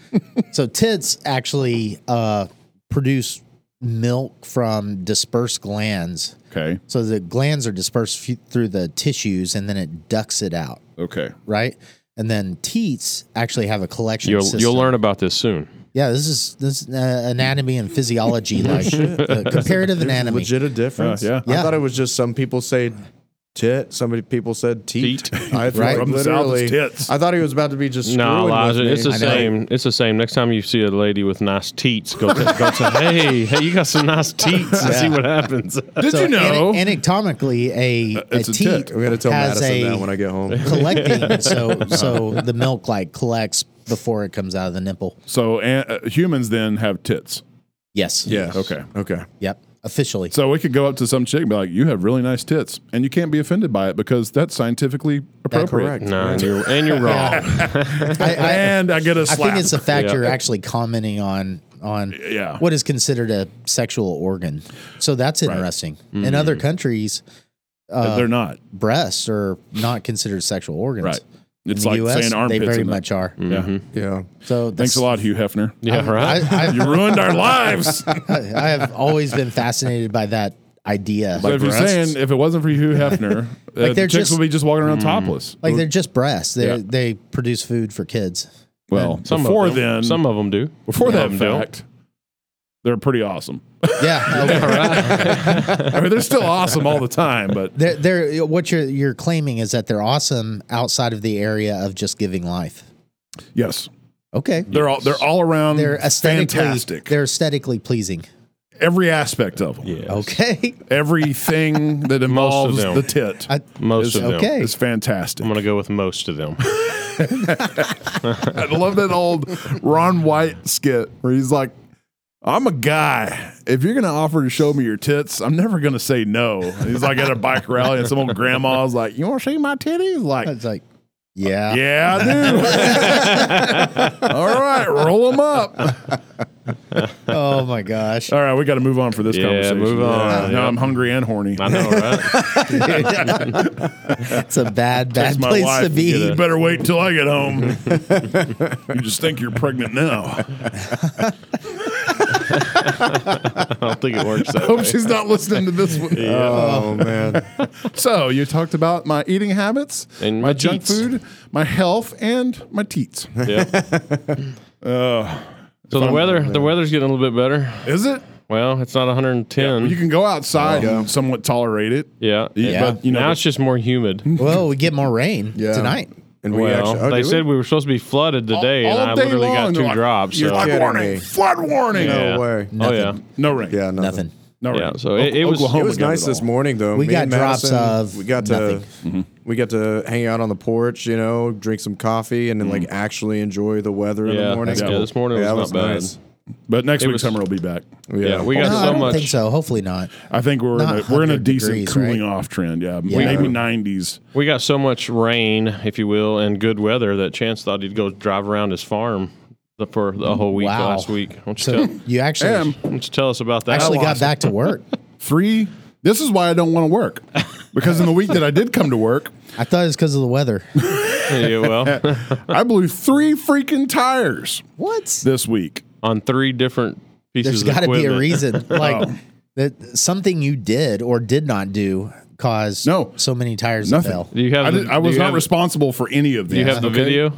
so tits actually uh, produce milk from dispersed glands. Okay. So the glands are dispersed f- through the tissues, and then it ducks it out, Okay. right? And then teats actually have a collection. You'll system. you'll learn about this soon. Yeah, this is this is, uh, anatomy and <laughs> physiology, like uh, comparative anatomy. Legit a difference. Uh, yeah. I Yeah. thought it was just some people say tit, somebody people said teat. Teat. <laughs> I thought Right. From the south, literally. it's tits. I thought he was about to be just. No, Elijah, it's the I know. same. It's the same. Next time you see a lady with nice teats, go, go say, "Hey, hey, you got some nice teats," and see what happens. Did So you know? ana- anatomically, a, Uh, a it's a teat tit. I'm gonna tell has Madison a <laughs> that when I <laughs> get home. collecting. so <laughs> so the milk like collects before it comes out of the nipple. so an- uh, humans then have tits. Yes. Yeah. Okay. Okay. Yep. Officially. So we could go up to some chick and be like, "You have really nice tits," and you can't be offended by it because that's scientifically appropriate. correct. <laughs> No, and you're, and you're <laughs> wrong. I, I, And I get a I slap. think it's the fact Yeah. you're actually commenting on on Yeah. what is considered a sexual organ. So that's interesting. Mm-hmm. In other countries, But They're not breasts are not considered sexual organs. right. In It's uh, the like US, saying they armpits. Mm. very and that. much are. Mm-hmm. Yeah. Yeah. So Thanks that's- a lot, Hugh Hefner. Yeah, right. I, <laughs> You <laughs> ruined our lives. I, I have always been fascinated by that idea. So if you're saying if it wasn't for Hugh Hefner, uh, they're the chicks just- Mm-hmm. would be just walking around topless. like they're just breasts. They Yeah. they produce food for <laughs> kids. well, Some before of them, then, some of them do. before Some that of them don't. fact, they're pretty awesome. Yeah. <laughs> okay. I mean, they're still awesome all the time, but <laughs> They're, they're, what you're you're claiming is that they're awesome outside of the area of just giving life. yes, Okay. they're all they're all around. They're aesthetically fantastic. they're aesthetically pleasing. Every aspect of them, Yeah, Okay. <laughs> everything that involves them. the tit I, most is, of them. okay. is fantastic. I'm gonna go with most of them. I love that old Ron White skit where he's like, I'm a guy. If you're gonna offer to show me your tits, I'm never gonna say no. And he's like at a bike rally, and some old grandma's like, "You want to see my titties?" Like, it's like yeah. yeah, <laughs> I do. All right, roll them up. Oh my <laughs> gosh. All right, we got to move on for this Yeah, conversation. move on. Now Yeah. I'm hungry and horny. I know, right? It's a bad, bad Text my place wife to and get be. You better wait till I <laughs> get home. you just think you're pregnant now. I don't think it works <laughs> that <laughs> Hope way. she's not listening to <laughs> this one. Oh man. So you talked about my eating habits, And my, my junk teats. food, my health, and my teats. Yeah. so the weather, the weather's getting a little bit better. <laughs> Is it? Well, it's not 110. You can go outside and somewhat tolerate it. yeah. Yeah. But you know, now it's just more humid. Well, we get more rain Yeah. tonight. And we Well, actually oh, they do we? said we? were supposed to be flooded today, All- and I all day literally long, got they're two like, drops. You're So. flood kidding warning, me. flood warning. Yeah. no way. Oh yeah, No rain. Yeah, nothing. Nothing. No rain. yeah. So it, it was. It Oklahoma was got nice it this all. morning though. We Me got and drops of we got to Mm-hmm. we got to hang out on the porch, you know, drink some coffee, and then like actually enjoy the weather in Mm. Yeah, the morning. that's good. This morning Yeah, was that not bad. But next It week, was- summer will be back. Yeah, we got no, so I don't much. think so. Hopefully not. I think we're in Not a, we're in a 100 decent degrees, cooling right? off trend. Yeah, Yeah. maybe 90s. We got so much rain, if you will, and good weather that Chance thought he'd go drive around his farm the, for the whole week Wow. last week. Why don't you, So tell, you actually Am. why don't you tell us about that? actually got back to work. Three. This is why I don't want <laughs> to work because in the week that I did come to work, I thought it was because of <laughs> the weather. yeah, well, I blew three freaking tires What? this week. on three different pieces There's of got to be a equipment. <laughs> Oh. reason, like that something you did or did not do caused No. so many tires to Nothing. fell. Do you have? I, the- did, I do was you not have- responsible for any of Do these. you have the okay? video?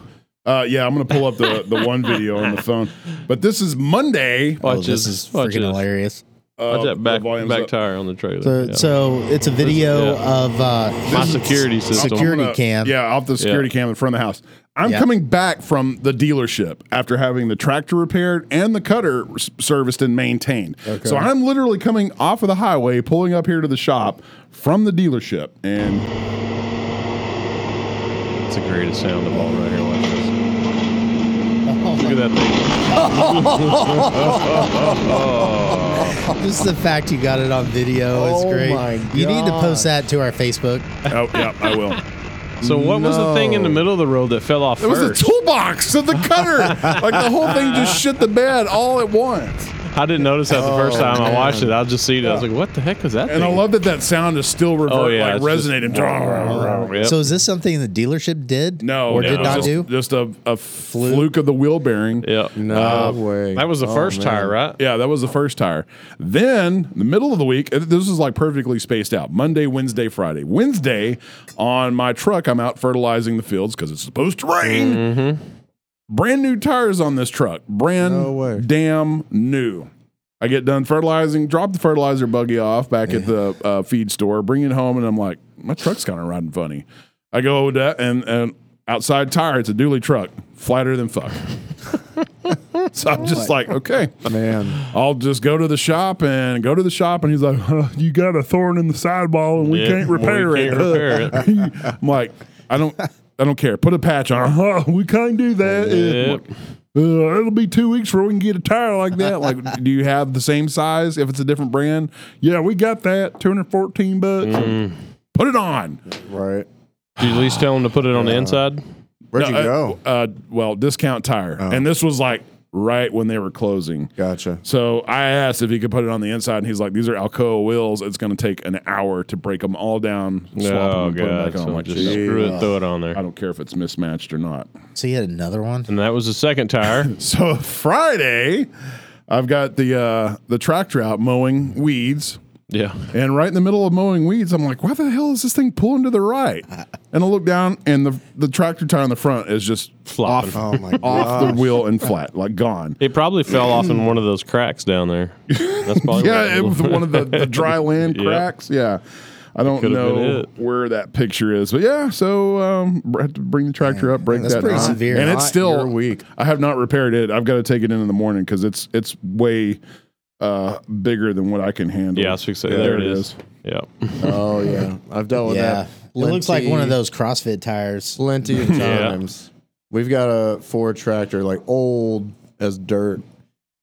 Uh, yeah, I'm going to pull up the, the one video on the phone. But this is Monday. Watch Oh, this is freaking hilarious. Watch Uh, that back the volume's back up. tire on the trailer. So, yeah. Uh, so it's a video yeah. of uh, my <laughs> security system. security I'm gonna- cam. Yeah, off the security cam in front of the house. I'm Yeah. coming back from the dealership after having the tractor repaired and the cutter s- serviced and maintained. So I'm literally coming off of the highway, pulling up here to the shop from the dealership. <laughs> And It's the greatest sound of all right here. Watch this. Look at that thing. Just the fact you got it on video is Oh great. my You need to God. post that to our Facebook. oh, yeah, I will. So what was the thing in the No. middle of the road that fell off It was the first? toolbox of the cutter. like the whole thing just shit the bed all at once. I didn't notice that the first time I watched it. I just seen it. I was like, "What the heck was that?" Oh, And I thing? love that that sound is still reverb, Oh, yeah, like it's just- <laughs> resonating. Oh, Yep. So is this something the dealership did? no, or no, did it was not just, do? Just a, a fluke? of the wheel bearing. yeah. No way. Uh, That was the Oh, first man. tire, right? Yeah, that was the first tire. Then the middle of the week, and this is like perfectly spaced out. Monday, Wednesday, Friday. Wednesday on my truck, I'm out fertilizing the fields because it's supposed to rain. Brand new tires on this truck. Brand Mm-hmm. No way. damn new. I get done fertilizing, drop the fertilizer buggy off back at the uh, feed store, bring it home, and I'm like, my truck's kind of riding funny. I go da- and and outside tire, it's a dually truck, flatter than <laughs> fuck. so I'm Oh just like, okay. Man, I'll just go to the shop and go to the shop, and he's like, "Huh, "You got a thorn in the sideball, and we Yeah, can't well, repair we can't repair it." <laughs> I'm like, "I don't, I don't care. Put a patch on. Huh, Uh-huh, we can't do that. I'm like, "Uh, it'll be two weeks before we can get a tire like that. <laughs> Like, do you have the same size? If it's a different brand, yeah, we got that. Two hundred fourteen bucks. Put it on. right? Did you at least tell them to put it on the inside? Where'd No, you uh, go? Oh. Uh, well, discount tire, and this was like right when they were closing. Gotcha. So I asked if he could put it on the inside, and he's like, "These are Alcoa wheels. It's going to take an hour to break them all down, swap them, Oh and put them god! back on." I'm So like, just "No, screw it, throw it on I there. don't care if it's mismatched or not. <laughs> So you had another one? And that was the second tire. So Friday, I've got the uh, the tractor out mowing weeds, yeah. and right in the middle of mowing weeds, I'm like, "Why the hell is this thing pulling to <laughs> the right?" And I look down, and the the tractor tire on the front <laughs> is just Flopping. off, Oh my off the god. wheel and flat, like gone. It probably fell off <clears throat> in one of those cracks down there. That's probably what yeah, it was one of <laughs> the, the dry land Yeah. cracks. Yeah. I don't could've been know it. where that picture is, but yeah. So um, br- had to bring the tractor up, break That's that, pretty knot. severe. and it's Not still your week. I have not repaired it. I've got to take it in in the morning because it's it's way uh, bigger than what I can handle. Uh-huh. Yeah, I was fixing- there it is. Yeah. Oh yeah, I've dealt with Yeah. that. It looks like plenty- one of those CrossFit tires. <laughs> plenty of times. We've got a Ford tractor, like old as dirt,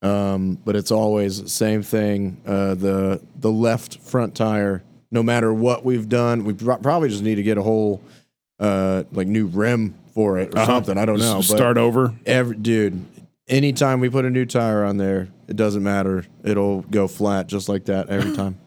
um, but it's always same thing. Uh, the the left front tire, no matter what we've done, we pro- probably just need to get a whole Uh-huh. uh, like new rim for it or something. I don't know. Start over. <laughs> every dude. anytime we put a new tire on there, it doesn't matter. It'll go flat just like <gasps> that every time.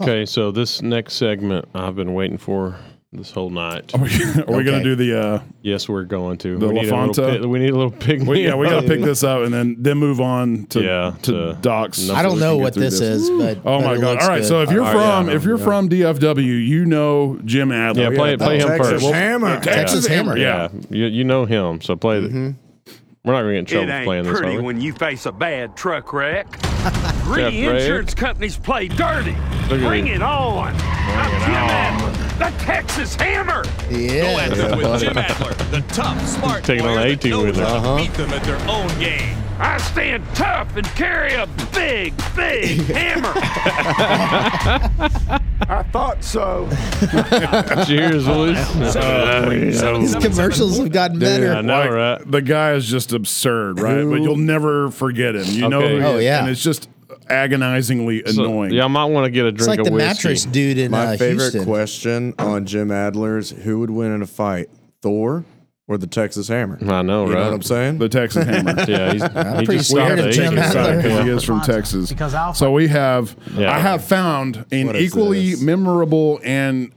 Okay, so this next segment I've been waiting for this whole night. Are we, are we going Okay. to do the? Uh, Yes, we're going to. The we, need a little, Lafonta? pi- we need a little pig. we, yeah, we <laughs> got to pick this up and then then move on to Yeah, to to- docs. no- I don't we know can get what through this, this. is, but Oh but my it god! looks All right, good. Uh, so if you're Oh, yeah, from I know, if you're yeah. from DFW, you know Jim Adler. Yeah, play it. Play Oh, him Texas first. Hammer. Texas Hammer. Yeah, you, you know him, so play the. We're not gonna get in It trouble for playing ain't this. pretty are we? when you face a bad truck wreck. <laughs> Jeff Greedy Ray. insurance companies play dirty. Look at Bring it. it on. I'm it Jim on. Adler, the Texas Hammer. Go Yeah. at them with Jim Adler, the tough, smart Taking on lawyer the that 18 knows wheeler. how to Uh-huh. beat them at their own game. I stand tough and carry a big, <laughs> big hammer. I thought <laughs> so. <laughs> Cheers, Luis. These commercials have gotten better. I know, right? The guy is just absurd, right? But you'll never forget him. You know? Okay. who he Oh, is, yeah. And it's just agonizingly So, annoying. Yeah, I might want to get a It's drink like of the whiskey. mattress dude in My uh, favorite Houston. question on Jim Adler's: Who would win in a fight, Thor or the Texas Hammer? You I know, know right? what I'm saying? The Texas <laughs> Hammer. yeah, he's, he pretty just stopped scared of at Jim 18. Adler. Exactly. He is from Texas. So we have, Yeah. I have found an What is equally this? memorable and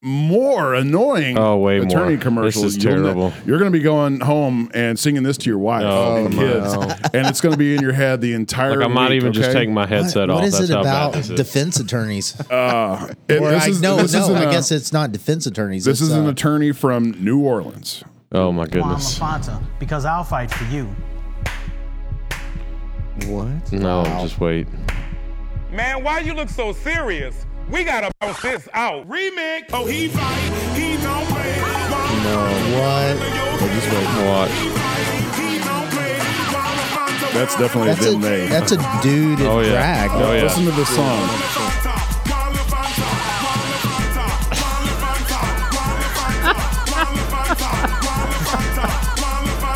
more annoying Oh, way more. attorney This commercial. is You'll ne- terrible. You're going to be going home and singing this to your wife Oh, and come kids, and it's going to be in your head the entire. Like I might week, even just okay? take my What- headset off. what is That's it how about bad this is. defense attornees? Uh, and or this I, is- no, this no, isn't I a- guess it's not defense attorneys. This it's, is an uh, attorney from New Orleans. oh my Juan goodness! LaFonta, because I'll fight for you. what? No, just wait. Man, why you look so serious? We gotta bounce this out. Remix. Oh, he fight. He don't play. What? Watch. That's definitely That's a, them. They. that's a dude in Oh yeah. drag. Oh yeah. Listen to this song.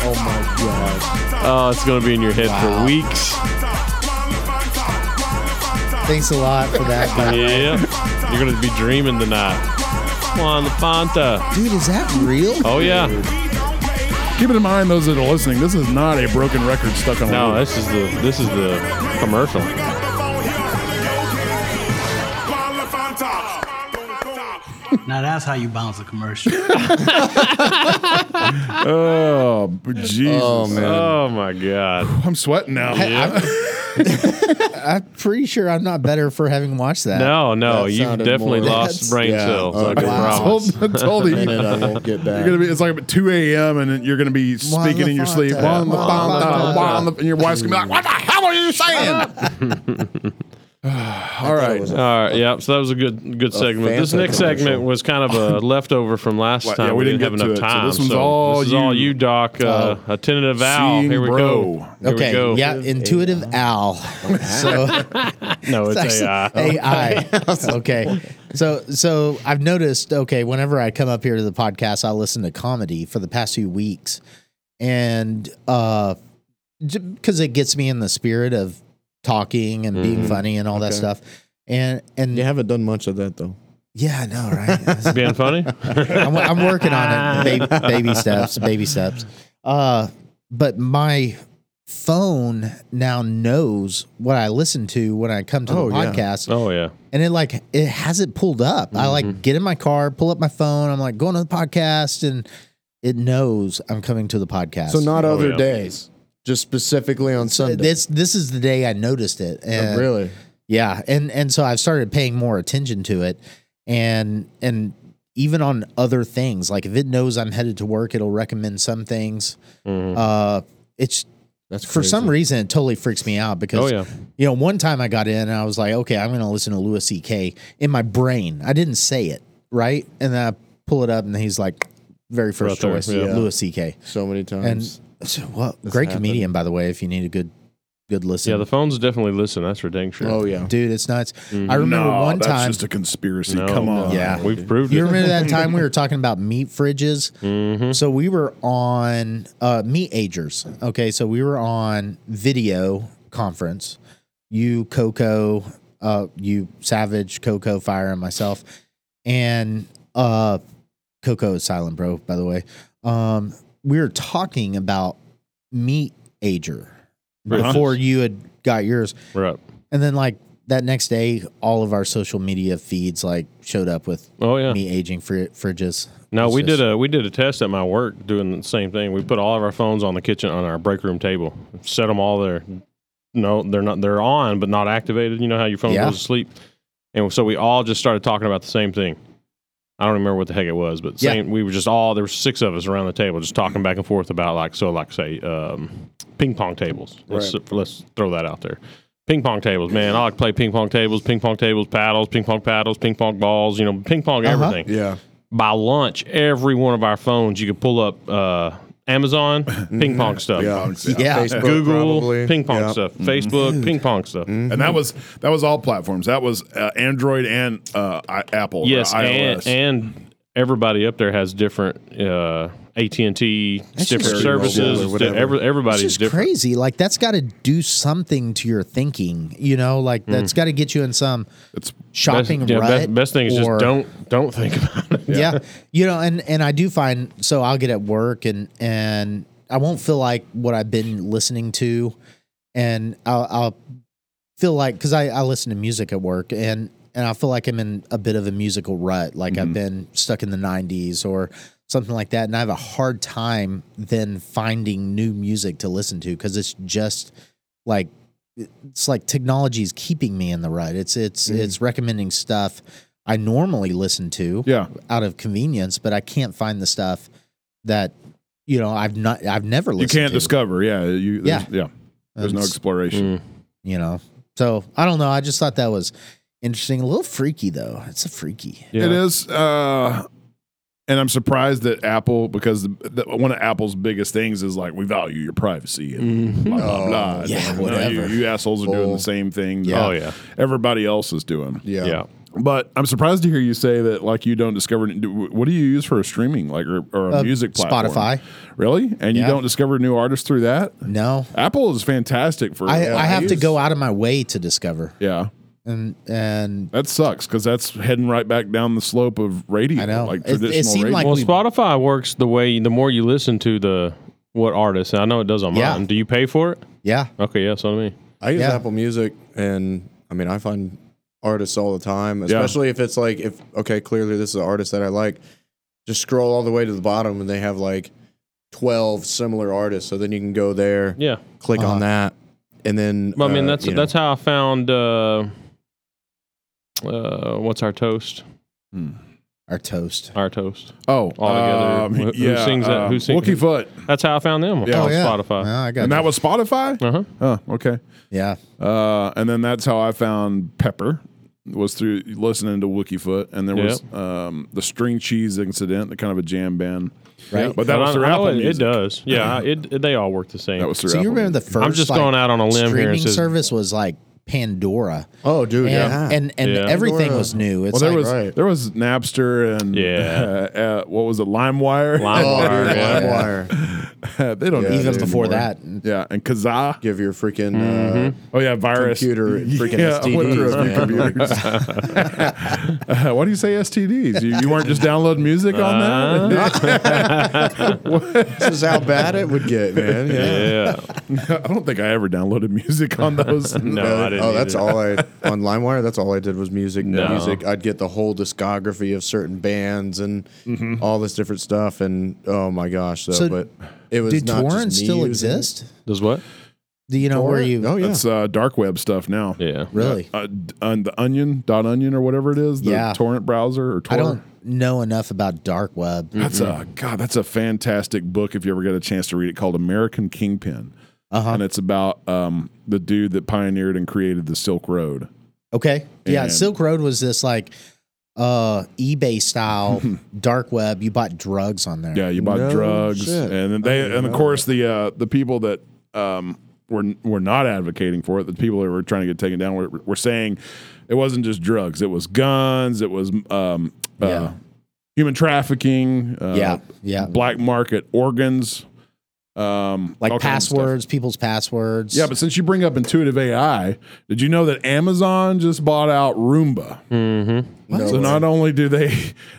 Oh my god. Oh, it's gonna be in your head for weeks. Thanks a lot for that. <laughs> bud. Yeah. You're gonna be dreaming tonight. Juan Lafonta. Dude, is that real? Oh yeah. Keep it in mind, those that are listening, this is not a broken record stuck on a No, loop. this is the this is the commercial. Now that's how you bounce a commercial. Oh, Jesus. Oh man, Oh my god. I'm sweating now. I'm <laughs> pretty sure I'm not better for having watched that. No, no, That you've sounded definitely more- lost That's- brain yeah. cells. Oh, I can wow. promise. told, told you, and <laughs> I you're won't get back. gonna be. It's like 2 a.m. and then you're gonna be speaking in your sleep, Juan Lafanta. and your wife's gonna be like, "What the hell are you saying?" All right, All right, yeah. So that was a good good segment. This Fanta next segment was kind of <laughs> a leftover from last Well, yeah, time. we, we didn't didn't, get have enough to it, so time. this one's all this is all you. you, Doc. Uh, a tentative owl. Seeing Here we bro. go. Here we okay, go. yeah, intuitive Al. So No, <laughs> it's It's AI. actually AI. okay. So so I've noticed okay, whenever I come up here to the podcast, I listen to comedy for the past few weeks. And uh because it gets me in the spirit of talking and Mm-hmm. being funny and all that stuff. And and You yeah, haven't done much of that though. I know, right? Being <laughs> funny. <laughs> I'm, I'm working on <laughs> it. Baby, baby steps, baby steps. Uh but my phone now knows what I listen to when I come to Oh, the yeah. podcast oh yeah. and it like it has it pulled up. I Mm-hmm. like get in my car, pull up my phone. I'm like going to the podcast, and it knows I'm coming to the podcast. So not other Oh, yeah. days, just specifically on Uh, Sunday. this this is the day I noticed it. Oh, And really? yeah, and and so I've started paying more attention to it, and and even on other things like if it knows I'm headed to work, it'll recommend some things. Mm-hmm. Uh, it's That's for some reason it totally freaks me out because Oh yeah. you know, one time I got in and I was like, okay, I'm going to listen to Louis C.K. in my brain. I didn't say it, right? And then I pull it up and he's like, very first Right there, choice, yeah. Louis C.K. so many And times. so, what? great happened. comedian, by the way, if you need a good, good listen. Yeah, the phones definitely listen. That's for dang sure. oh yeah. Dude, it's nuts. <laughs> Mm-hmm. I remember No, one that's time. just a conspiracy. No, Come on, yeah. We've <laughs> proved You it. remember that time we were talking about meat fridges? Mm-hmm. So we were on uh, meat agers. Okay, so we were on video conference. You, Coco, uh, you, Savage, Coco, Fire, and myself, and uh, Coco is silent, bro. By the way, um, we were talking about meat ager. Right. before you had got yours. Right. And then like that next day, all of our social media feeds like showed up with Oh, yeah. me aging fri- fridges. No, It's we just- did a we did a test at my work doing the same thing. We put all of our phones on the kitchen on our break room table, set them all there. No, they're not. They're on, but not activated. You know how your phone Yeah. goes to sleep, and so we all just started talking about the same thing. I don't remember what the heck it was, but Yeah. same. We were just all there were six of us around the table, just talking back and forth about like so, like say um, ping pong tables. Let's let's throw that out there. Ping pong tables, man. I like to play ping pong tables, ping pong tables, paddles, ping pong paddles, ping pong balls. You know, ping pong Uh-huh. everything Yeah. by lunch, every one of our phones, you could pull up uh, <laughs> Amazon ping pong stuff, Yeah. Facebook, Google probably. ping pong Yeah. Mm-hmm. stuff, Mm-hmm. Facebook ping pong stuff. And that was that was all platforms. That was uh, Android and uh, I- Apple. or Yes, iOS. and, and everybody up there has different uh, AT and T, different just services. mobile or whatever. Every, everybody's It's just different. crazy. Like that's got to do something to your thinking, you know. Like that's got to get you in some it's shopping Hmm. best, yeah, rut. best, best thing is just or- don't don't think about <laughs> it. yeah. you know and and i do find so i'll get at work and and i won't feel like what i've been listening to and i'll, I'll feel like because I, I listen to music at work and and i feel like i'm in a bit of a musical rut like i've been stuck in the 90s or something like that and i have a hard time then finding new music to listen to because it's just like it's like technology is keeping me in the rut it's it's it's recommending stuff i normally listen to yeah, out of convenience, but I can't find the stuff that you know I've not I've never you listened. can't to. discover. Yeah, you. there's- yeah. There's no It's- exploration. Mm. you know. So I don't know. I just thought that was interesting. A little freaky though. It's a freaky. Yeah. It is, uh, and I'm surprised that Apple because the, the, one of Apple's biggest things is like we value your privacy and Mm-hmm. blah blah blah. It's Oh, yeah, like, no, whatever. you, you assholes are doing Bull. the same thing. Yeah. Oh yeah, everybody else is doing. Yeah. yeah. But I'm surprised to hear you say that. Like you don't discover. do- What do you use for a streaming, like or, or a Uh, music platform? Spotify. really? And you Yeah. don't discover new artists through that? No, Apple is fantastic for. I, Yeah, I have to use- go out of my way to discover Yeah, and and that sucks because that's heading right back down the slope of radio. I know. like It- it traditional seemed radio. like- Well, we- Spotify works the way the more you listen to the what artists. and I know it does on Yeah. mine. Do you pay for it? yeah. Okay, yeah, so do me. I use Yeah. Apple Music, and I mean, I find artists all the time, especially if it's like, if okay, clearly this is an artist that I like. Just scroll all the way to the bottom, and they have like twelve similar artists. So then you can go there, Yeah. click Uh-huh. on that, and then. Well, I mean, uh, that's you know. that's how I found uh, uh, what's our toast? Our toast. Our toast. oh, all together. um, Who- who yeah, sings that? uh, Who sings- Wookie Foot, That's how I found them Yeah. on Oh, yeah. Spotify. No, I got and that was Spotify. Uh huh. Oh, okay. yeah. Uh, and then that's how I found Pepper was through listening to Wookie Foot, and there was um, the String Cheese Incident, the kind of a jam band, Right. But that was through Apple it, it Music. does. <laughs> Yeah, I- it, they all work the same. That was through So you Apple remember the Music. first? I'm just like, going out on a limb here Streaming and says, service was like Pandora. Oh, dude, and, yeah. and and Yeah. everything Pandora. was new. It's Well, there like was right. there was Napster and Yeah. uh, <laughs> uh, what was it, LimeWire? LimeWire, Dude, yeah. LimeWire. <laughs> they don't Yeah, do even dude. before that. Yeah, and Kazaa. Give your freaking Mm-hmm. uh, Oh yeah, virus Computer, <laughs> freaking yeah, I went through a few STDs, man. computers. <laughs> <laughs> Uh, why do you say STDs? You, you weren't just downloading music on Uh, that? this is how bad it would <laughs> get, man. Yeah. yeah, <laughs> I don't think I ever downloaded music on those. <laughs> no, Uh, I didn't. oh, that's either. all I <laughs> on LimeWire. That's all I did was music. No. Music. I'd get the whole discography of certain bands and Mm-hmm. all this different stuff. And oh my gosh, though, So, but it was Did not just torrents me still using it. exist? Does what? Do you know where Torrent? you Oh yeah. That's uh, dark web stuff now. Yeah. really? Uh, d- on the Onion dot Onion or whatever it is, the Yeah. torrent browser or I Tor. don't know enough about dark web. That's a god. That's a fantastic book if you ever get a chance to read it called American Kingpin, Uh-huh. and it's about um, the dude that pioneered and created the Silk Road. Okay. Yeah, And- Silk Road was this like uh eBay style dark web. You bought drugs on there. Yeah, you bought No drugs, shit. and then I they, didn't and of know course the uh, the people that um, were were not advocating for it, the people that were trying to get taken down, were, were saying it wasn't just drugs, it was guns, it was um, uh, Yeah. human trafficking, uh, Yeah. Yeah. black market organs, um, Like all kinds of stuff. passwords, people's passwords. Yeah, but since you bring up intuitive AI, did you know that Amazon just bought out Roomba? Mm-hmm. No so not only do they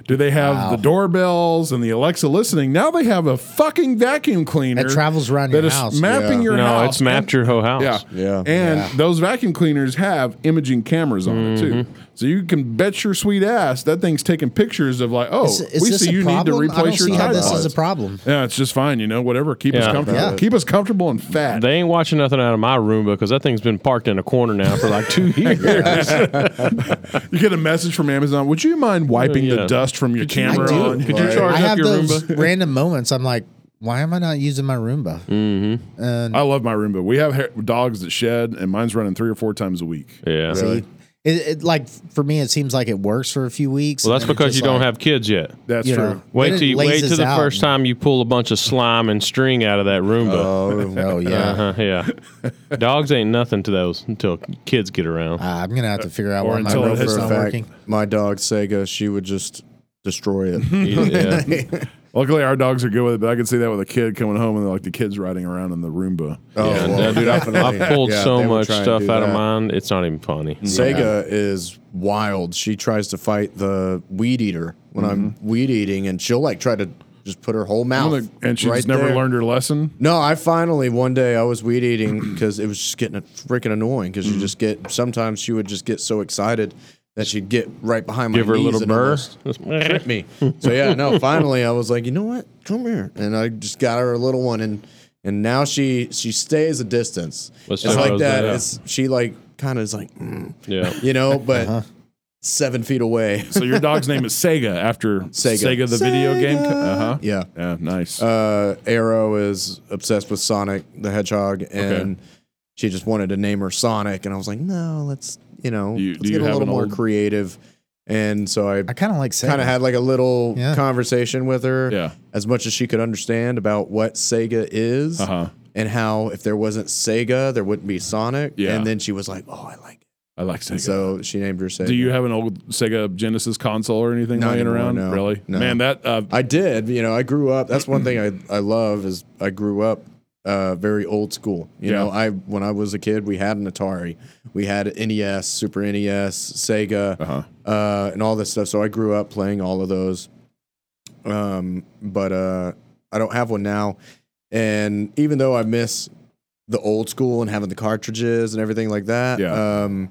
do they have the doorbells and the Alexa listening, now they have a fucking vacuum cleaner That travels around that your is house. mapping Yeah. your no, house. it's mapped your whole house. Yeah. Yeah. And Yeah. those vacuum cleaners have imaging cameras on Mm-hmm. it too. So you can bet your sweet ass that thing's taking pictures of like, oh, Is- is we this see a you problem? need to I don't replace your see how Tide this Pods. is a problem. Yeah, it's just fine, you know, whatever. Keep us Yeah. comfortable. Yeah. Keep us comfortable and fat. They ain't watching nothing out of my room because that thing's been parked in a corner now for like two years. you get a message from Amazon, would you mind wiping Yeah. the dust from your I camera do. on? Could you charge up I have your those Roomba? random moments. I'm like, why am I not using my Roomba? Mm-hmm. And I love my Roomba. We have ha- dogs that shed, and mine's running three or four times a week. yeah. see, it, it, like for me, it seems like it works for a few weeks. Well, that's and then it because you just, don't like, have kids yet. That's you true. know, Wait then till it you, wait lazes till the out first and- time you pull a bunch of slime and string out of that Roomba. Oh, Oh yeah, Uh-huh, yeah. <laughs> Dogs ain't nothing to those until kids get around. Uh, I'm gonna have to figure out Or why my until it hits Roomba's for not a fact, working. my dog Sega, she would just destroy <laughs> it. <laughs> Yeah. Luckily, our dogs are good with it, but I can see that with a kid coming home and like the kids riding around in the Roomba. Oh, Yeah, well, dude, definitely. I pulled Yeah, so they would much try and stuff do out of that. mine. It's not even funny. Sega is wild. She tries to fight the weed eater when I'm Mm-hmm. weed eating, and she'll like try to just put her whole I'm mouth. gonna- and she's right never there. learned her lesson. No, I finally one day I was weed eating because it was just getting freaking annoying because Mm-hmm. you just get sometimes she would just get so excited that she'd get right behind my Give her a knees little and burr. almost trip me. So yeah, no. Finally, I was like, you know what? Come here, and I just got her a little one, and and now she she stays a distance. Let's it's talk like about that. that. It's she like kind of is like, mm, <laughs> Yeah. you know, Uh-huh. but seven feet away. <laughs> So your dog's name is Sega after Sega, Sega. the video game. co- Sega. Uh-huh. Yeah. <laughs> Yeah, nice. uh, Arrow is obsessed with Sonic the Hedgehog, and she just wanted to name her Sonic. And I was like, no, let's you know, You- do let's you get a have little an more old- creative. And so I I kind of like Sega. kind of had like a little Yeah. conversation with her, Yeah. as much as she could understand about what Sega is Uh-huh. and how if there wasn't Sega, there wouldn't be Sonic. Yeah. And then she was like, oh, I like it. I like Sega. So she named her Sega. Do you have an old Sega Genesis console or anything Not laying anymore, around? no. Really? No. Man, that uh, I did. You know, I grew up. That's one thing I, I love is I grew up uh, very old school. You Yeah. know, I when I was a kid, we had an Atari, we had NES, Super NES, Sega, Uh-huh. uh, and all this stuff. So I grew up playing all of those. Um, but uh, I don't have one now, and even though I miss the old school and having the cartridges and everything like that, Yeah. um,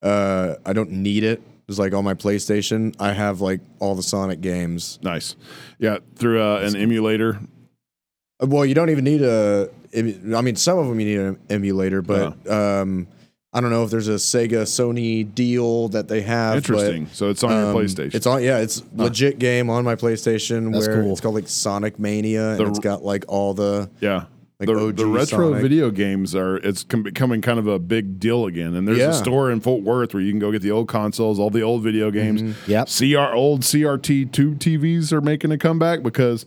uh, I don't need it. It's like on my PlayStation, I have like all the Sonic games. nice. Yeah, through uh, an emulator. Uh, Well, you don't even need a. emu- I mean, some of them you need an emulator, but Uh-huh. um, I don't know if there's a Sega Sony deal that they have. but, Interesting. so it's on um, your PlayStation. It's on. Yeah, it's legit game on my PlayStation. That's where cool. it's called like Sonic Mania, The and it's r- got like all the. yeah. like the, OG the retro Sonic. video games are it's com- becoming kind of a big deal again. And there's Yeah. a store in Fort Worth where you can go get the old consoles, all the old video games. Mm-hmm. Yep. CR old CRT tube TVs are making a comeback because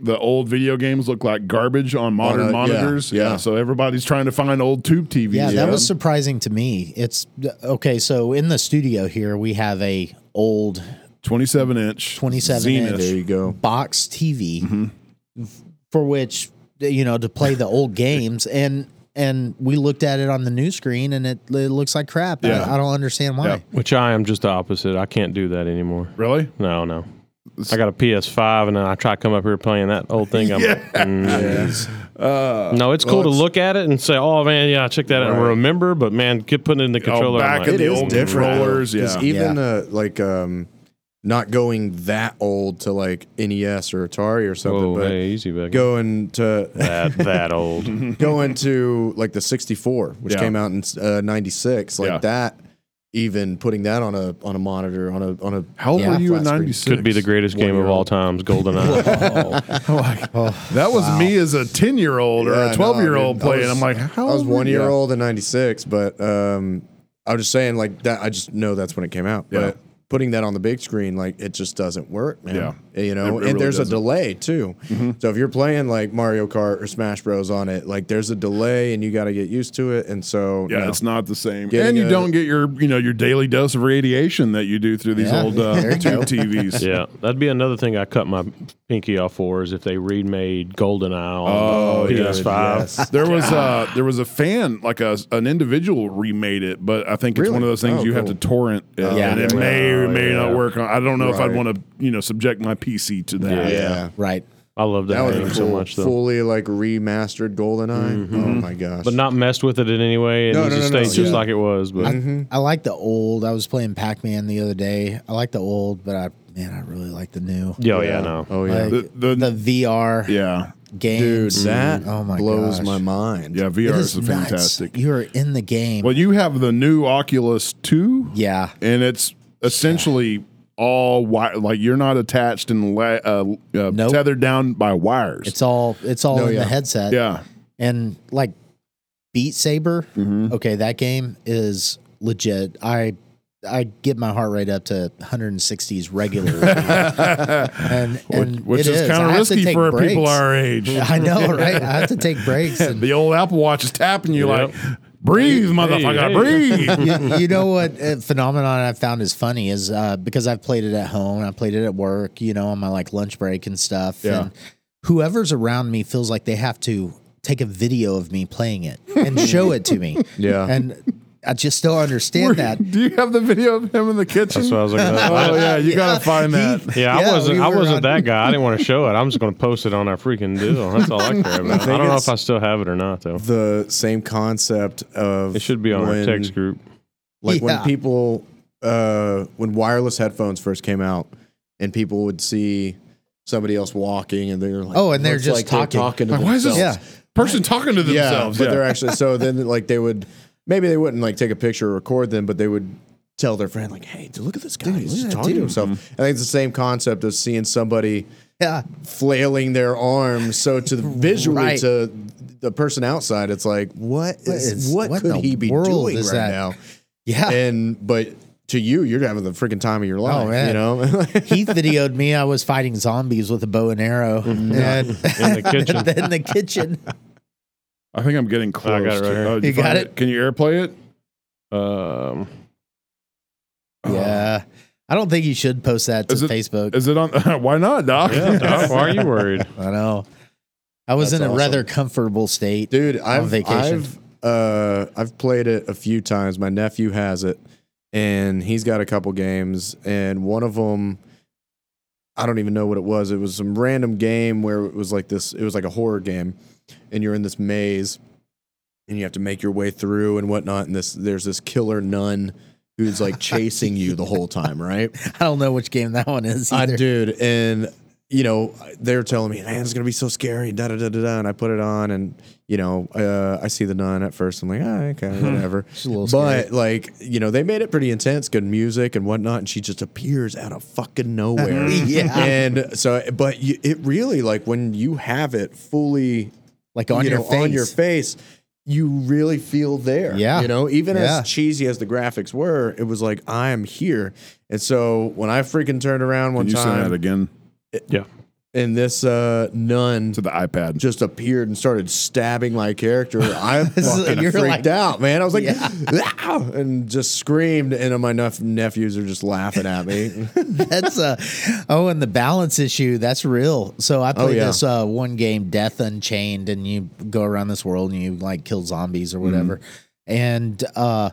the old video games look like garbage on modern a- Uh, yeah, monitors. Yeah, yeah. So everybody's trying to find old tube TVs. Yeah, that again. was surprising to me. It's uh, okay. So in the studio here, we have a old 27 inch. 27 Zenith. inch. There you go. box TV Mm-hmm. for which you know to play the old games and and we looked at it on the new screen and it, it looks like crap. I- Yeah. I, don't understand why. Yeah. Which I am just the opposite. I can't do that anymore. Really? No, no. I got a PS5 and then I try to come up here playing that old <laughs> thing. I'm, Mm. no, it's cool to look at it and say, "Oh man, yeah, check that out," and remember. But man, get putting it Oh, in the controller. I'm back like, in the It is old different, controllers, Because yeah. even Yeah. uh, like um, not going that old to like NES or Atari or something, Whoa, but Oh, hey, easy, back. going to that that old. <laughs> going to like the 64 which Yeah. came out in uh, 96 like Yeah. that even putting that on a on a monitor on a on a How old Yeah. were you in Flat screen. 96? Could be the greatest game of all times, <laughs> GoldenEye. That was me as a 10 year old or Oh, Yeah, I a know, 12 year old dude. I playing. was- I'm like, how I was old were one year you? old in 96 but um I was just saying like that I just know that's when it came out Yeah. but putting that on the big screen like it just doesn't work man Eh, Yeah. you It- it know really and there's doesn't. Mm-hmm. a delay too so if you're playing like Mario Kart or Smash Bros on it like there's a delay and you got to get used to it and so Yeah, no. it's not the same. Getting and you a- don't get your, you know, your daily dose of radiation that you do through these Yeah, old uh, there you tube go. TVs. <laughs> yeah, that'd be another thing I cut my pinky off for is if they remade GoldenEye on Oh, the yeah. PS5. There was a there was a fan like a an individual remade it, but I think it's Really? one of those things Oh, you have cool. Oh, to torrent, it, Yeah. and it may or or may Oh, yeah. not work on. I don't know if I'd Right. want to, you know, subject my PC to that. Yeah. Right. I love that, That was game a so full- much though. fully like remastered GoldenEye. Mm-hmm. Oh my gosh. but not messed with it in any way. It No, needs no, to no, stay no, just yeah. like it was. But I like the old. I was playing Pac Man the other day. I like the old, but I man, I really like the new. yeah, oh, yeah, no. oh yeah. Like, The- the, the- VR Yeah. Dude, games. that oh my blows gosh. my mind. Yeah. It VR is nuts. is, fantastic. You are in the game. Well, you have the new Oculus 2, yeah. and it's essentially all wire. Like you're not attached and la- uh, uh, Nope. tethered down by wires. It's all it's all No, in yeah. the headset. yeah. And like Beat Saber, Mm-hmm. okay, that game is legit. I I get my heart rate up to 160s <laughs> regularly. and and Which it is kind I of have to risky take for breaks. people our <laughs> age. I know, right? I have to take <laughs> breaks and the old Apple Watch is tapping you Yep. like, breathe, motherfucker, hey. <laughs> breathe. you, you know what uh, phenomenon I've found is funny is uh, because I've played it at home, I played it at work, you know, on my like lunch break and stuff. Yeah. And whoever's around me feels like they have to take a video of me playing it <laughs> and show it to me. Yeah. And I just don't <laughs> understand that. <laughs> Do you have the video of him in the kitchen? That's what I was like. uh, oh yeah, you Yeah. gotta find <laughs> that. <laughs> Yeah, I Yeah, wasn't. we I were wasn't on- that guy. I didn't want to show it. I'm just going to post it on our freaking deal. That's all I care about. I, don't know if it's- I still have it or not though. the same concept of It should be on our when- text group. Like Yeah. when people uh when wireless headphones first came out and people would see somebody else walking and they're like Oh, and they're looks just talking. talking to Like, why is this themselves. Yeah. person talking to themselves? but they're actually <laughs> so then like they would maybe they wouldn't like take a picture or record them, but they would tell their friend like, "Hey, dude, look at this guy. He's just talking to himself." I think it's the same concept of seeing somebody Yeah. flailing their arms. So <laughs> to the, visually Right. to the person outside, it's like, what What is is- what, what could in the he be world doing right is that? <laughs> now? Yeah. <laughs> And but to you, you're having the freaking time of your life. Oh, man. You <laughs> know, he videoed me. I was fighting zombies with a bow and arrow Mm-hmm. <laughs> and, In the kitchen. and then in the kitchen. Oh, I think I'm getting close. I got it right to- here. did You find got it? Can you airplay it? Um, Uh-huh. Yeah. I don't think you should post that to Is it- Facebook. Is it on? <laughs> why not, Doc? yeah, <laughs> Doc, why are you worried? I know. I was That's in a awesome. rather comfortable state. dude i've vacation. I've, uh, I've played it a few times my nephew has it and he's got a couple games and one of them i don't even know what it was it was some random game where it was like this it was like a horror game and you're in this maze and you have to make your way through and whatnot and this there's this killer nun who's like chasing you the whole time right <laughs> I don't know which game that one is I either. dude, and you know they're telling me, man, it's gonna be so scary, da da da da da. And I put it on, and you know, uh, I see the nun at first. I'm like, ah, okay, whatever. Hmm. <laughs> She's a little but like, you know, they made it pretty intense, good music and whatnot, and she just appears out of fucking nowhere. <laughs> <laughs> Yeah. and so, but you, it really like when you have it fully Like on you your know, face. on your face, you really feel there. Yeah. You know, even Yeah. as cheesy as the graphics were, it was like, I am here. And so when I freaking turned around one Can you send that time again Yeah, and this uh, nun to the iPad? just appeared and started stabbing my <laughs> character, I fucking You're freaked like- out, man. I was like, Yeah. <laughs> "Ah!" and just screamed. And my nep- nephews are just laughing <laughs> at me. that's a oh, and the balance issue that's real. So I played Oh, yeah. this uh, one game, Death Unchained, and you go around this world and you like kill zombies or whatever, Mm-hmm. and uh,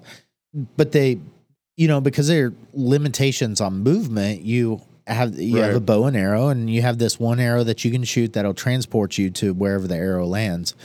but they, you know, because there are limitations on movement, you have you have Right. a bow and arrow, and you have this one arrow that you can shoot that'll transport you to wherever the arrow lands.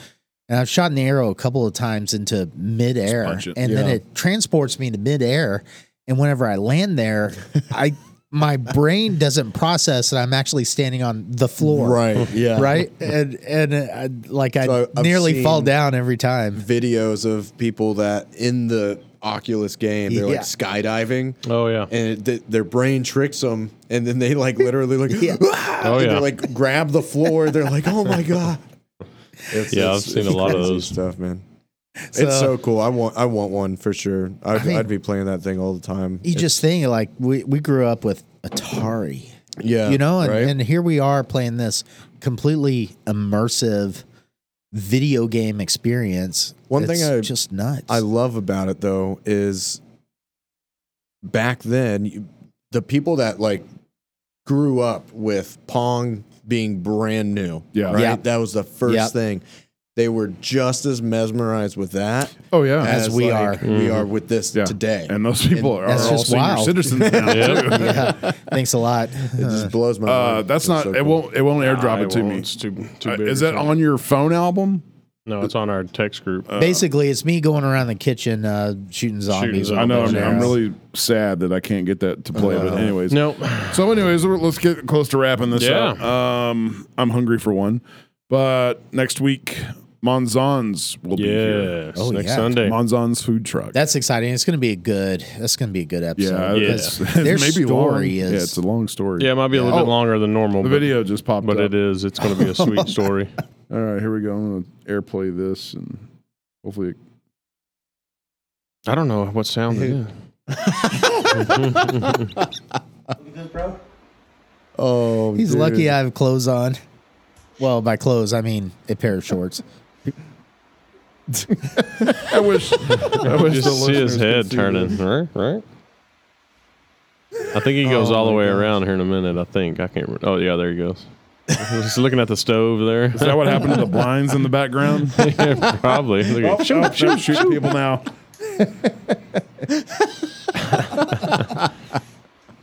And I've shot an arrow a couple of times into midair, punch it. and then Yeah. it transports me to midair. And whenever I land <laughs> there, I my brain doesn't process that I'm actually standing on the floor, right. Yeah. Right, and and uh, I, like I So I've nearly fall seen- down every time. Videos of people that in the Oculus game, they're Yeah. like skydiving. Oh yeah. and it, th- their brain tricks them, and then they like literally like, <laughs> "Ah!" Yeah. Oh, and yeah. they like grab the floor. They're like, oh my <laughs> god. It's, Yeah, I've seen a lot of crazy those. stuff, man. So- it's so cool. I want, I want one for sure. I'd, I mean- would be playing that thing all the time. You just think like we we grew up with Atari, yeah, you know, and, right? and here we are playing this completely immersive video game experience. One thing It's I- just nuts. I love about it though is back then you, the people that like grew up with Pong being brand new. Yeah. Right? Yeah. That was the first Yep. thing. they were just as mesmerized with that. Oh, yeah. as, As we we are, are. we Mhm. are with this Yeah. today. And those people are That's all just senior wild. citizens now. <laughs> <laughs> too. <laughs> yeah. Thanks a <laughs> lot. It just blows my Uh, mind. that's It's not. so It cool. won't. It won't airdrop Nah, it to won't. me. It's too, too Uh, big. is or that something. on your phone album? No, it's on our text group. Uh, Basically, it's me going around the kitchen uh, shooting zombies. zombies. with I a know. bow I'm, and I'm arrow. really sad that I can't get that to play. but anyways, Nope. So, anyways, we're- let's get close to wrapping this Yeah. up. Um, I'm hungry for one, but next week Monzons will be here. Yes. Oh, next yeah. Sunday. Monzons food truck. That's exciting. It's going to be a good. That's going to be a good yeah, episode. <laughs> Yeah. It's, it's Their maybe story long. is- yeah, it's a long story. Oh, Yeah, it might be a little bit longer than normal. the but, video just popped but up. it is. It's going to be a <laughs> sweet story. All right, here we go. I'm gonna airplay this, and hopefully, it- I don't know what sound it is. Oh, He's dude. lucky I have clothes on. Well, by clothes I mean a pair of shorts. I wish. <laughs> I wish the Just see his listeners could head see turning. this. Oh, Right, right. I think he goes all the way around here in a minute. I think I can't. remember. Oh yeah, there he goes. <laughs> He's looking at the stove there. <laughs> Is that what happened to the blinds in the background? <laughs> Probably. Look at- oh, shoot, shoot people now.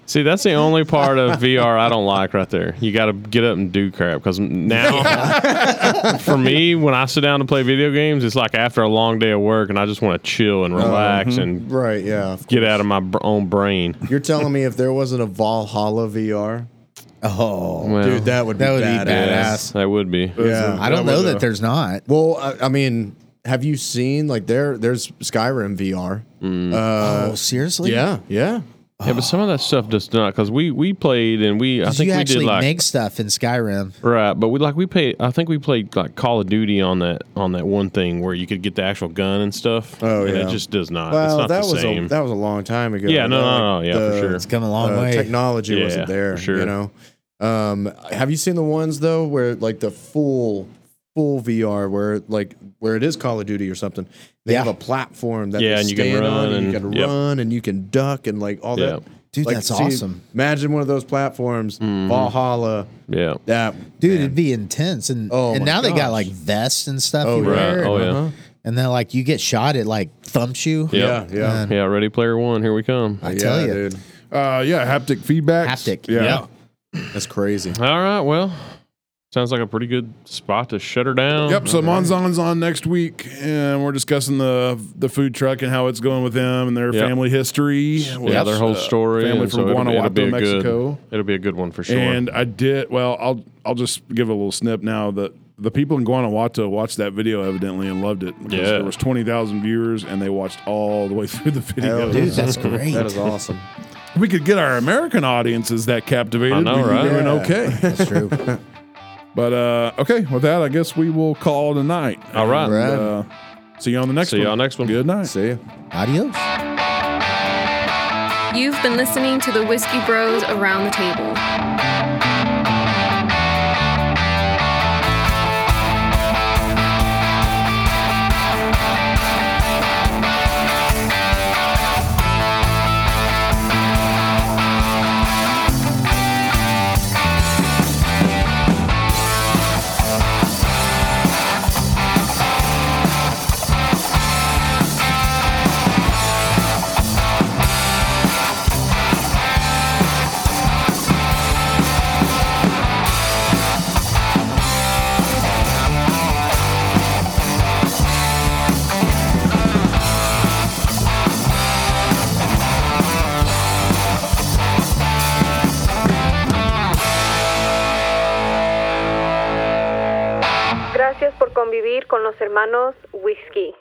See, that's the only part of VR I don't like right there. You got to get up and do crap because now, <laughs> for me, when I sit down to play video games, it's like after a long day of work and I just want to chill and relax Uh-huh. and right. Yeah, get out of my br- own brain. you're telling me if there wasn't a Valhalla VR, Oh, Well, dude, that would be That would be badass. badass. that would be. Yeah, I don't That know was that a- there's not. Well, I, I mean, have you seen like there? There's Skyrim VR. oh, seriously? Yeah, yeah. Yeah, but some of that stuff does not because we we played and we I 'Cause think you we actually did like make stuff in Skyrim. right, but we like we played. I think we played like Call of Duty on that on that one thing where you could get the actual gun and stuff. Oh, and yeah. it just does not. it's Well, not that the was same. a that was a long time ago. Yeah, no, Like, no, no, yeah, for the sure. It's come a long Uh, way. Technology Yeah, wasn't there, for sure. you know. Um, have you seen the ones though where like the full full VR where like where it is Call of Duty or something? They have Yeah. a platform that Yeah, they and you can stand on run and and- you can yep. run and you can duck and like all Yeah. that. Dude, Like, that's see, awesome. Imagine one of those platforms, Mm-hmm. Valhalla. yeah. That Dude, it'd be intense. And Oh and my now they gosh. got like vests and stuff Oh, you right. wear. Oh, yeah. And then like you get shot, it like thumps you. Yep. yeah, yeah. Man, Yeah, Ready Player One. Here we come. I tell Yeah, you. dude. Uh, yeah, haptic feedback. Haptic, Yeah. yeah. That's crazy. All right. Well, sounds like a pretty good spot to shut her down. Yep. So Monzon's on next week, and we're discussing the the food truck and how it's going with them and their Yep. family history. Yeah, their whole Uh, story. Family and from it'll be- it'll Guanajuato, be a good- Mexico. It'll be a good one for sure. And I did well. I'll I'll just give a little snip now that the people in Guanajuato watched that video evidently and loved it because Yeah. there was twenty thousand viewers and they watched all the way through the video. Hell Dude, that's great. That is awesome. We could get our American audiences that captivated. I know, we'd be right? doing Yeah. <laughs> okay. That's true. But uh, okay, with that, I guess we will call tonight. All right. Right. Uh, see you on the next See one. y'all next one. Good night. See ya. Adios. You've been listening to the Whiskey Bros Around the Table. Gracias por convivir con los hermanos Whiskey.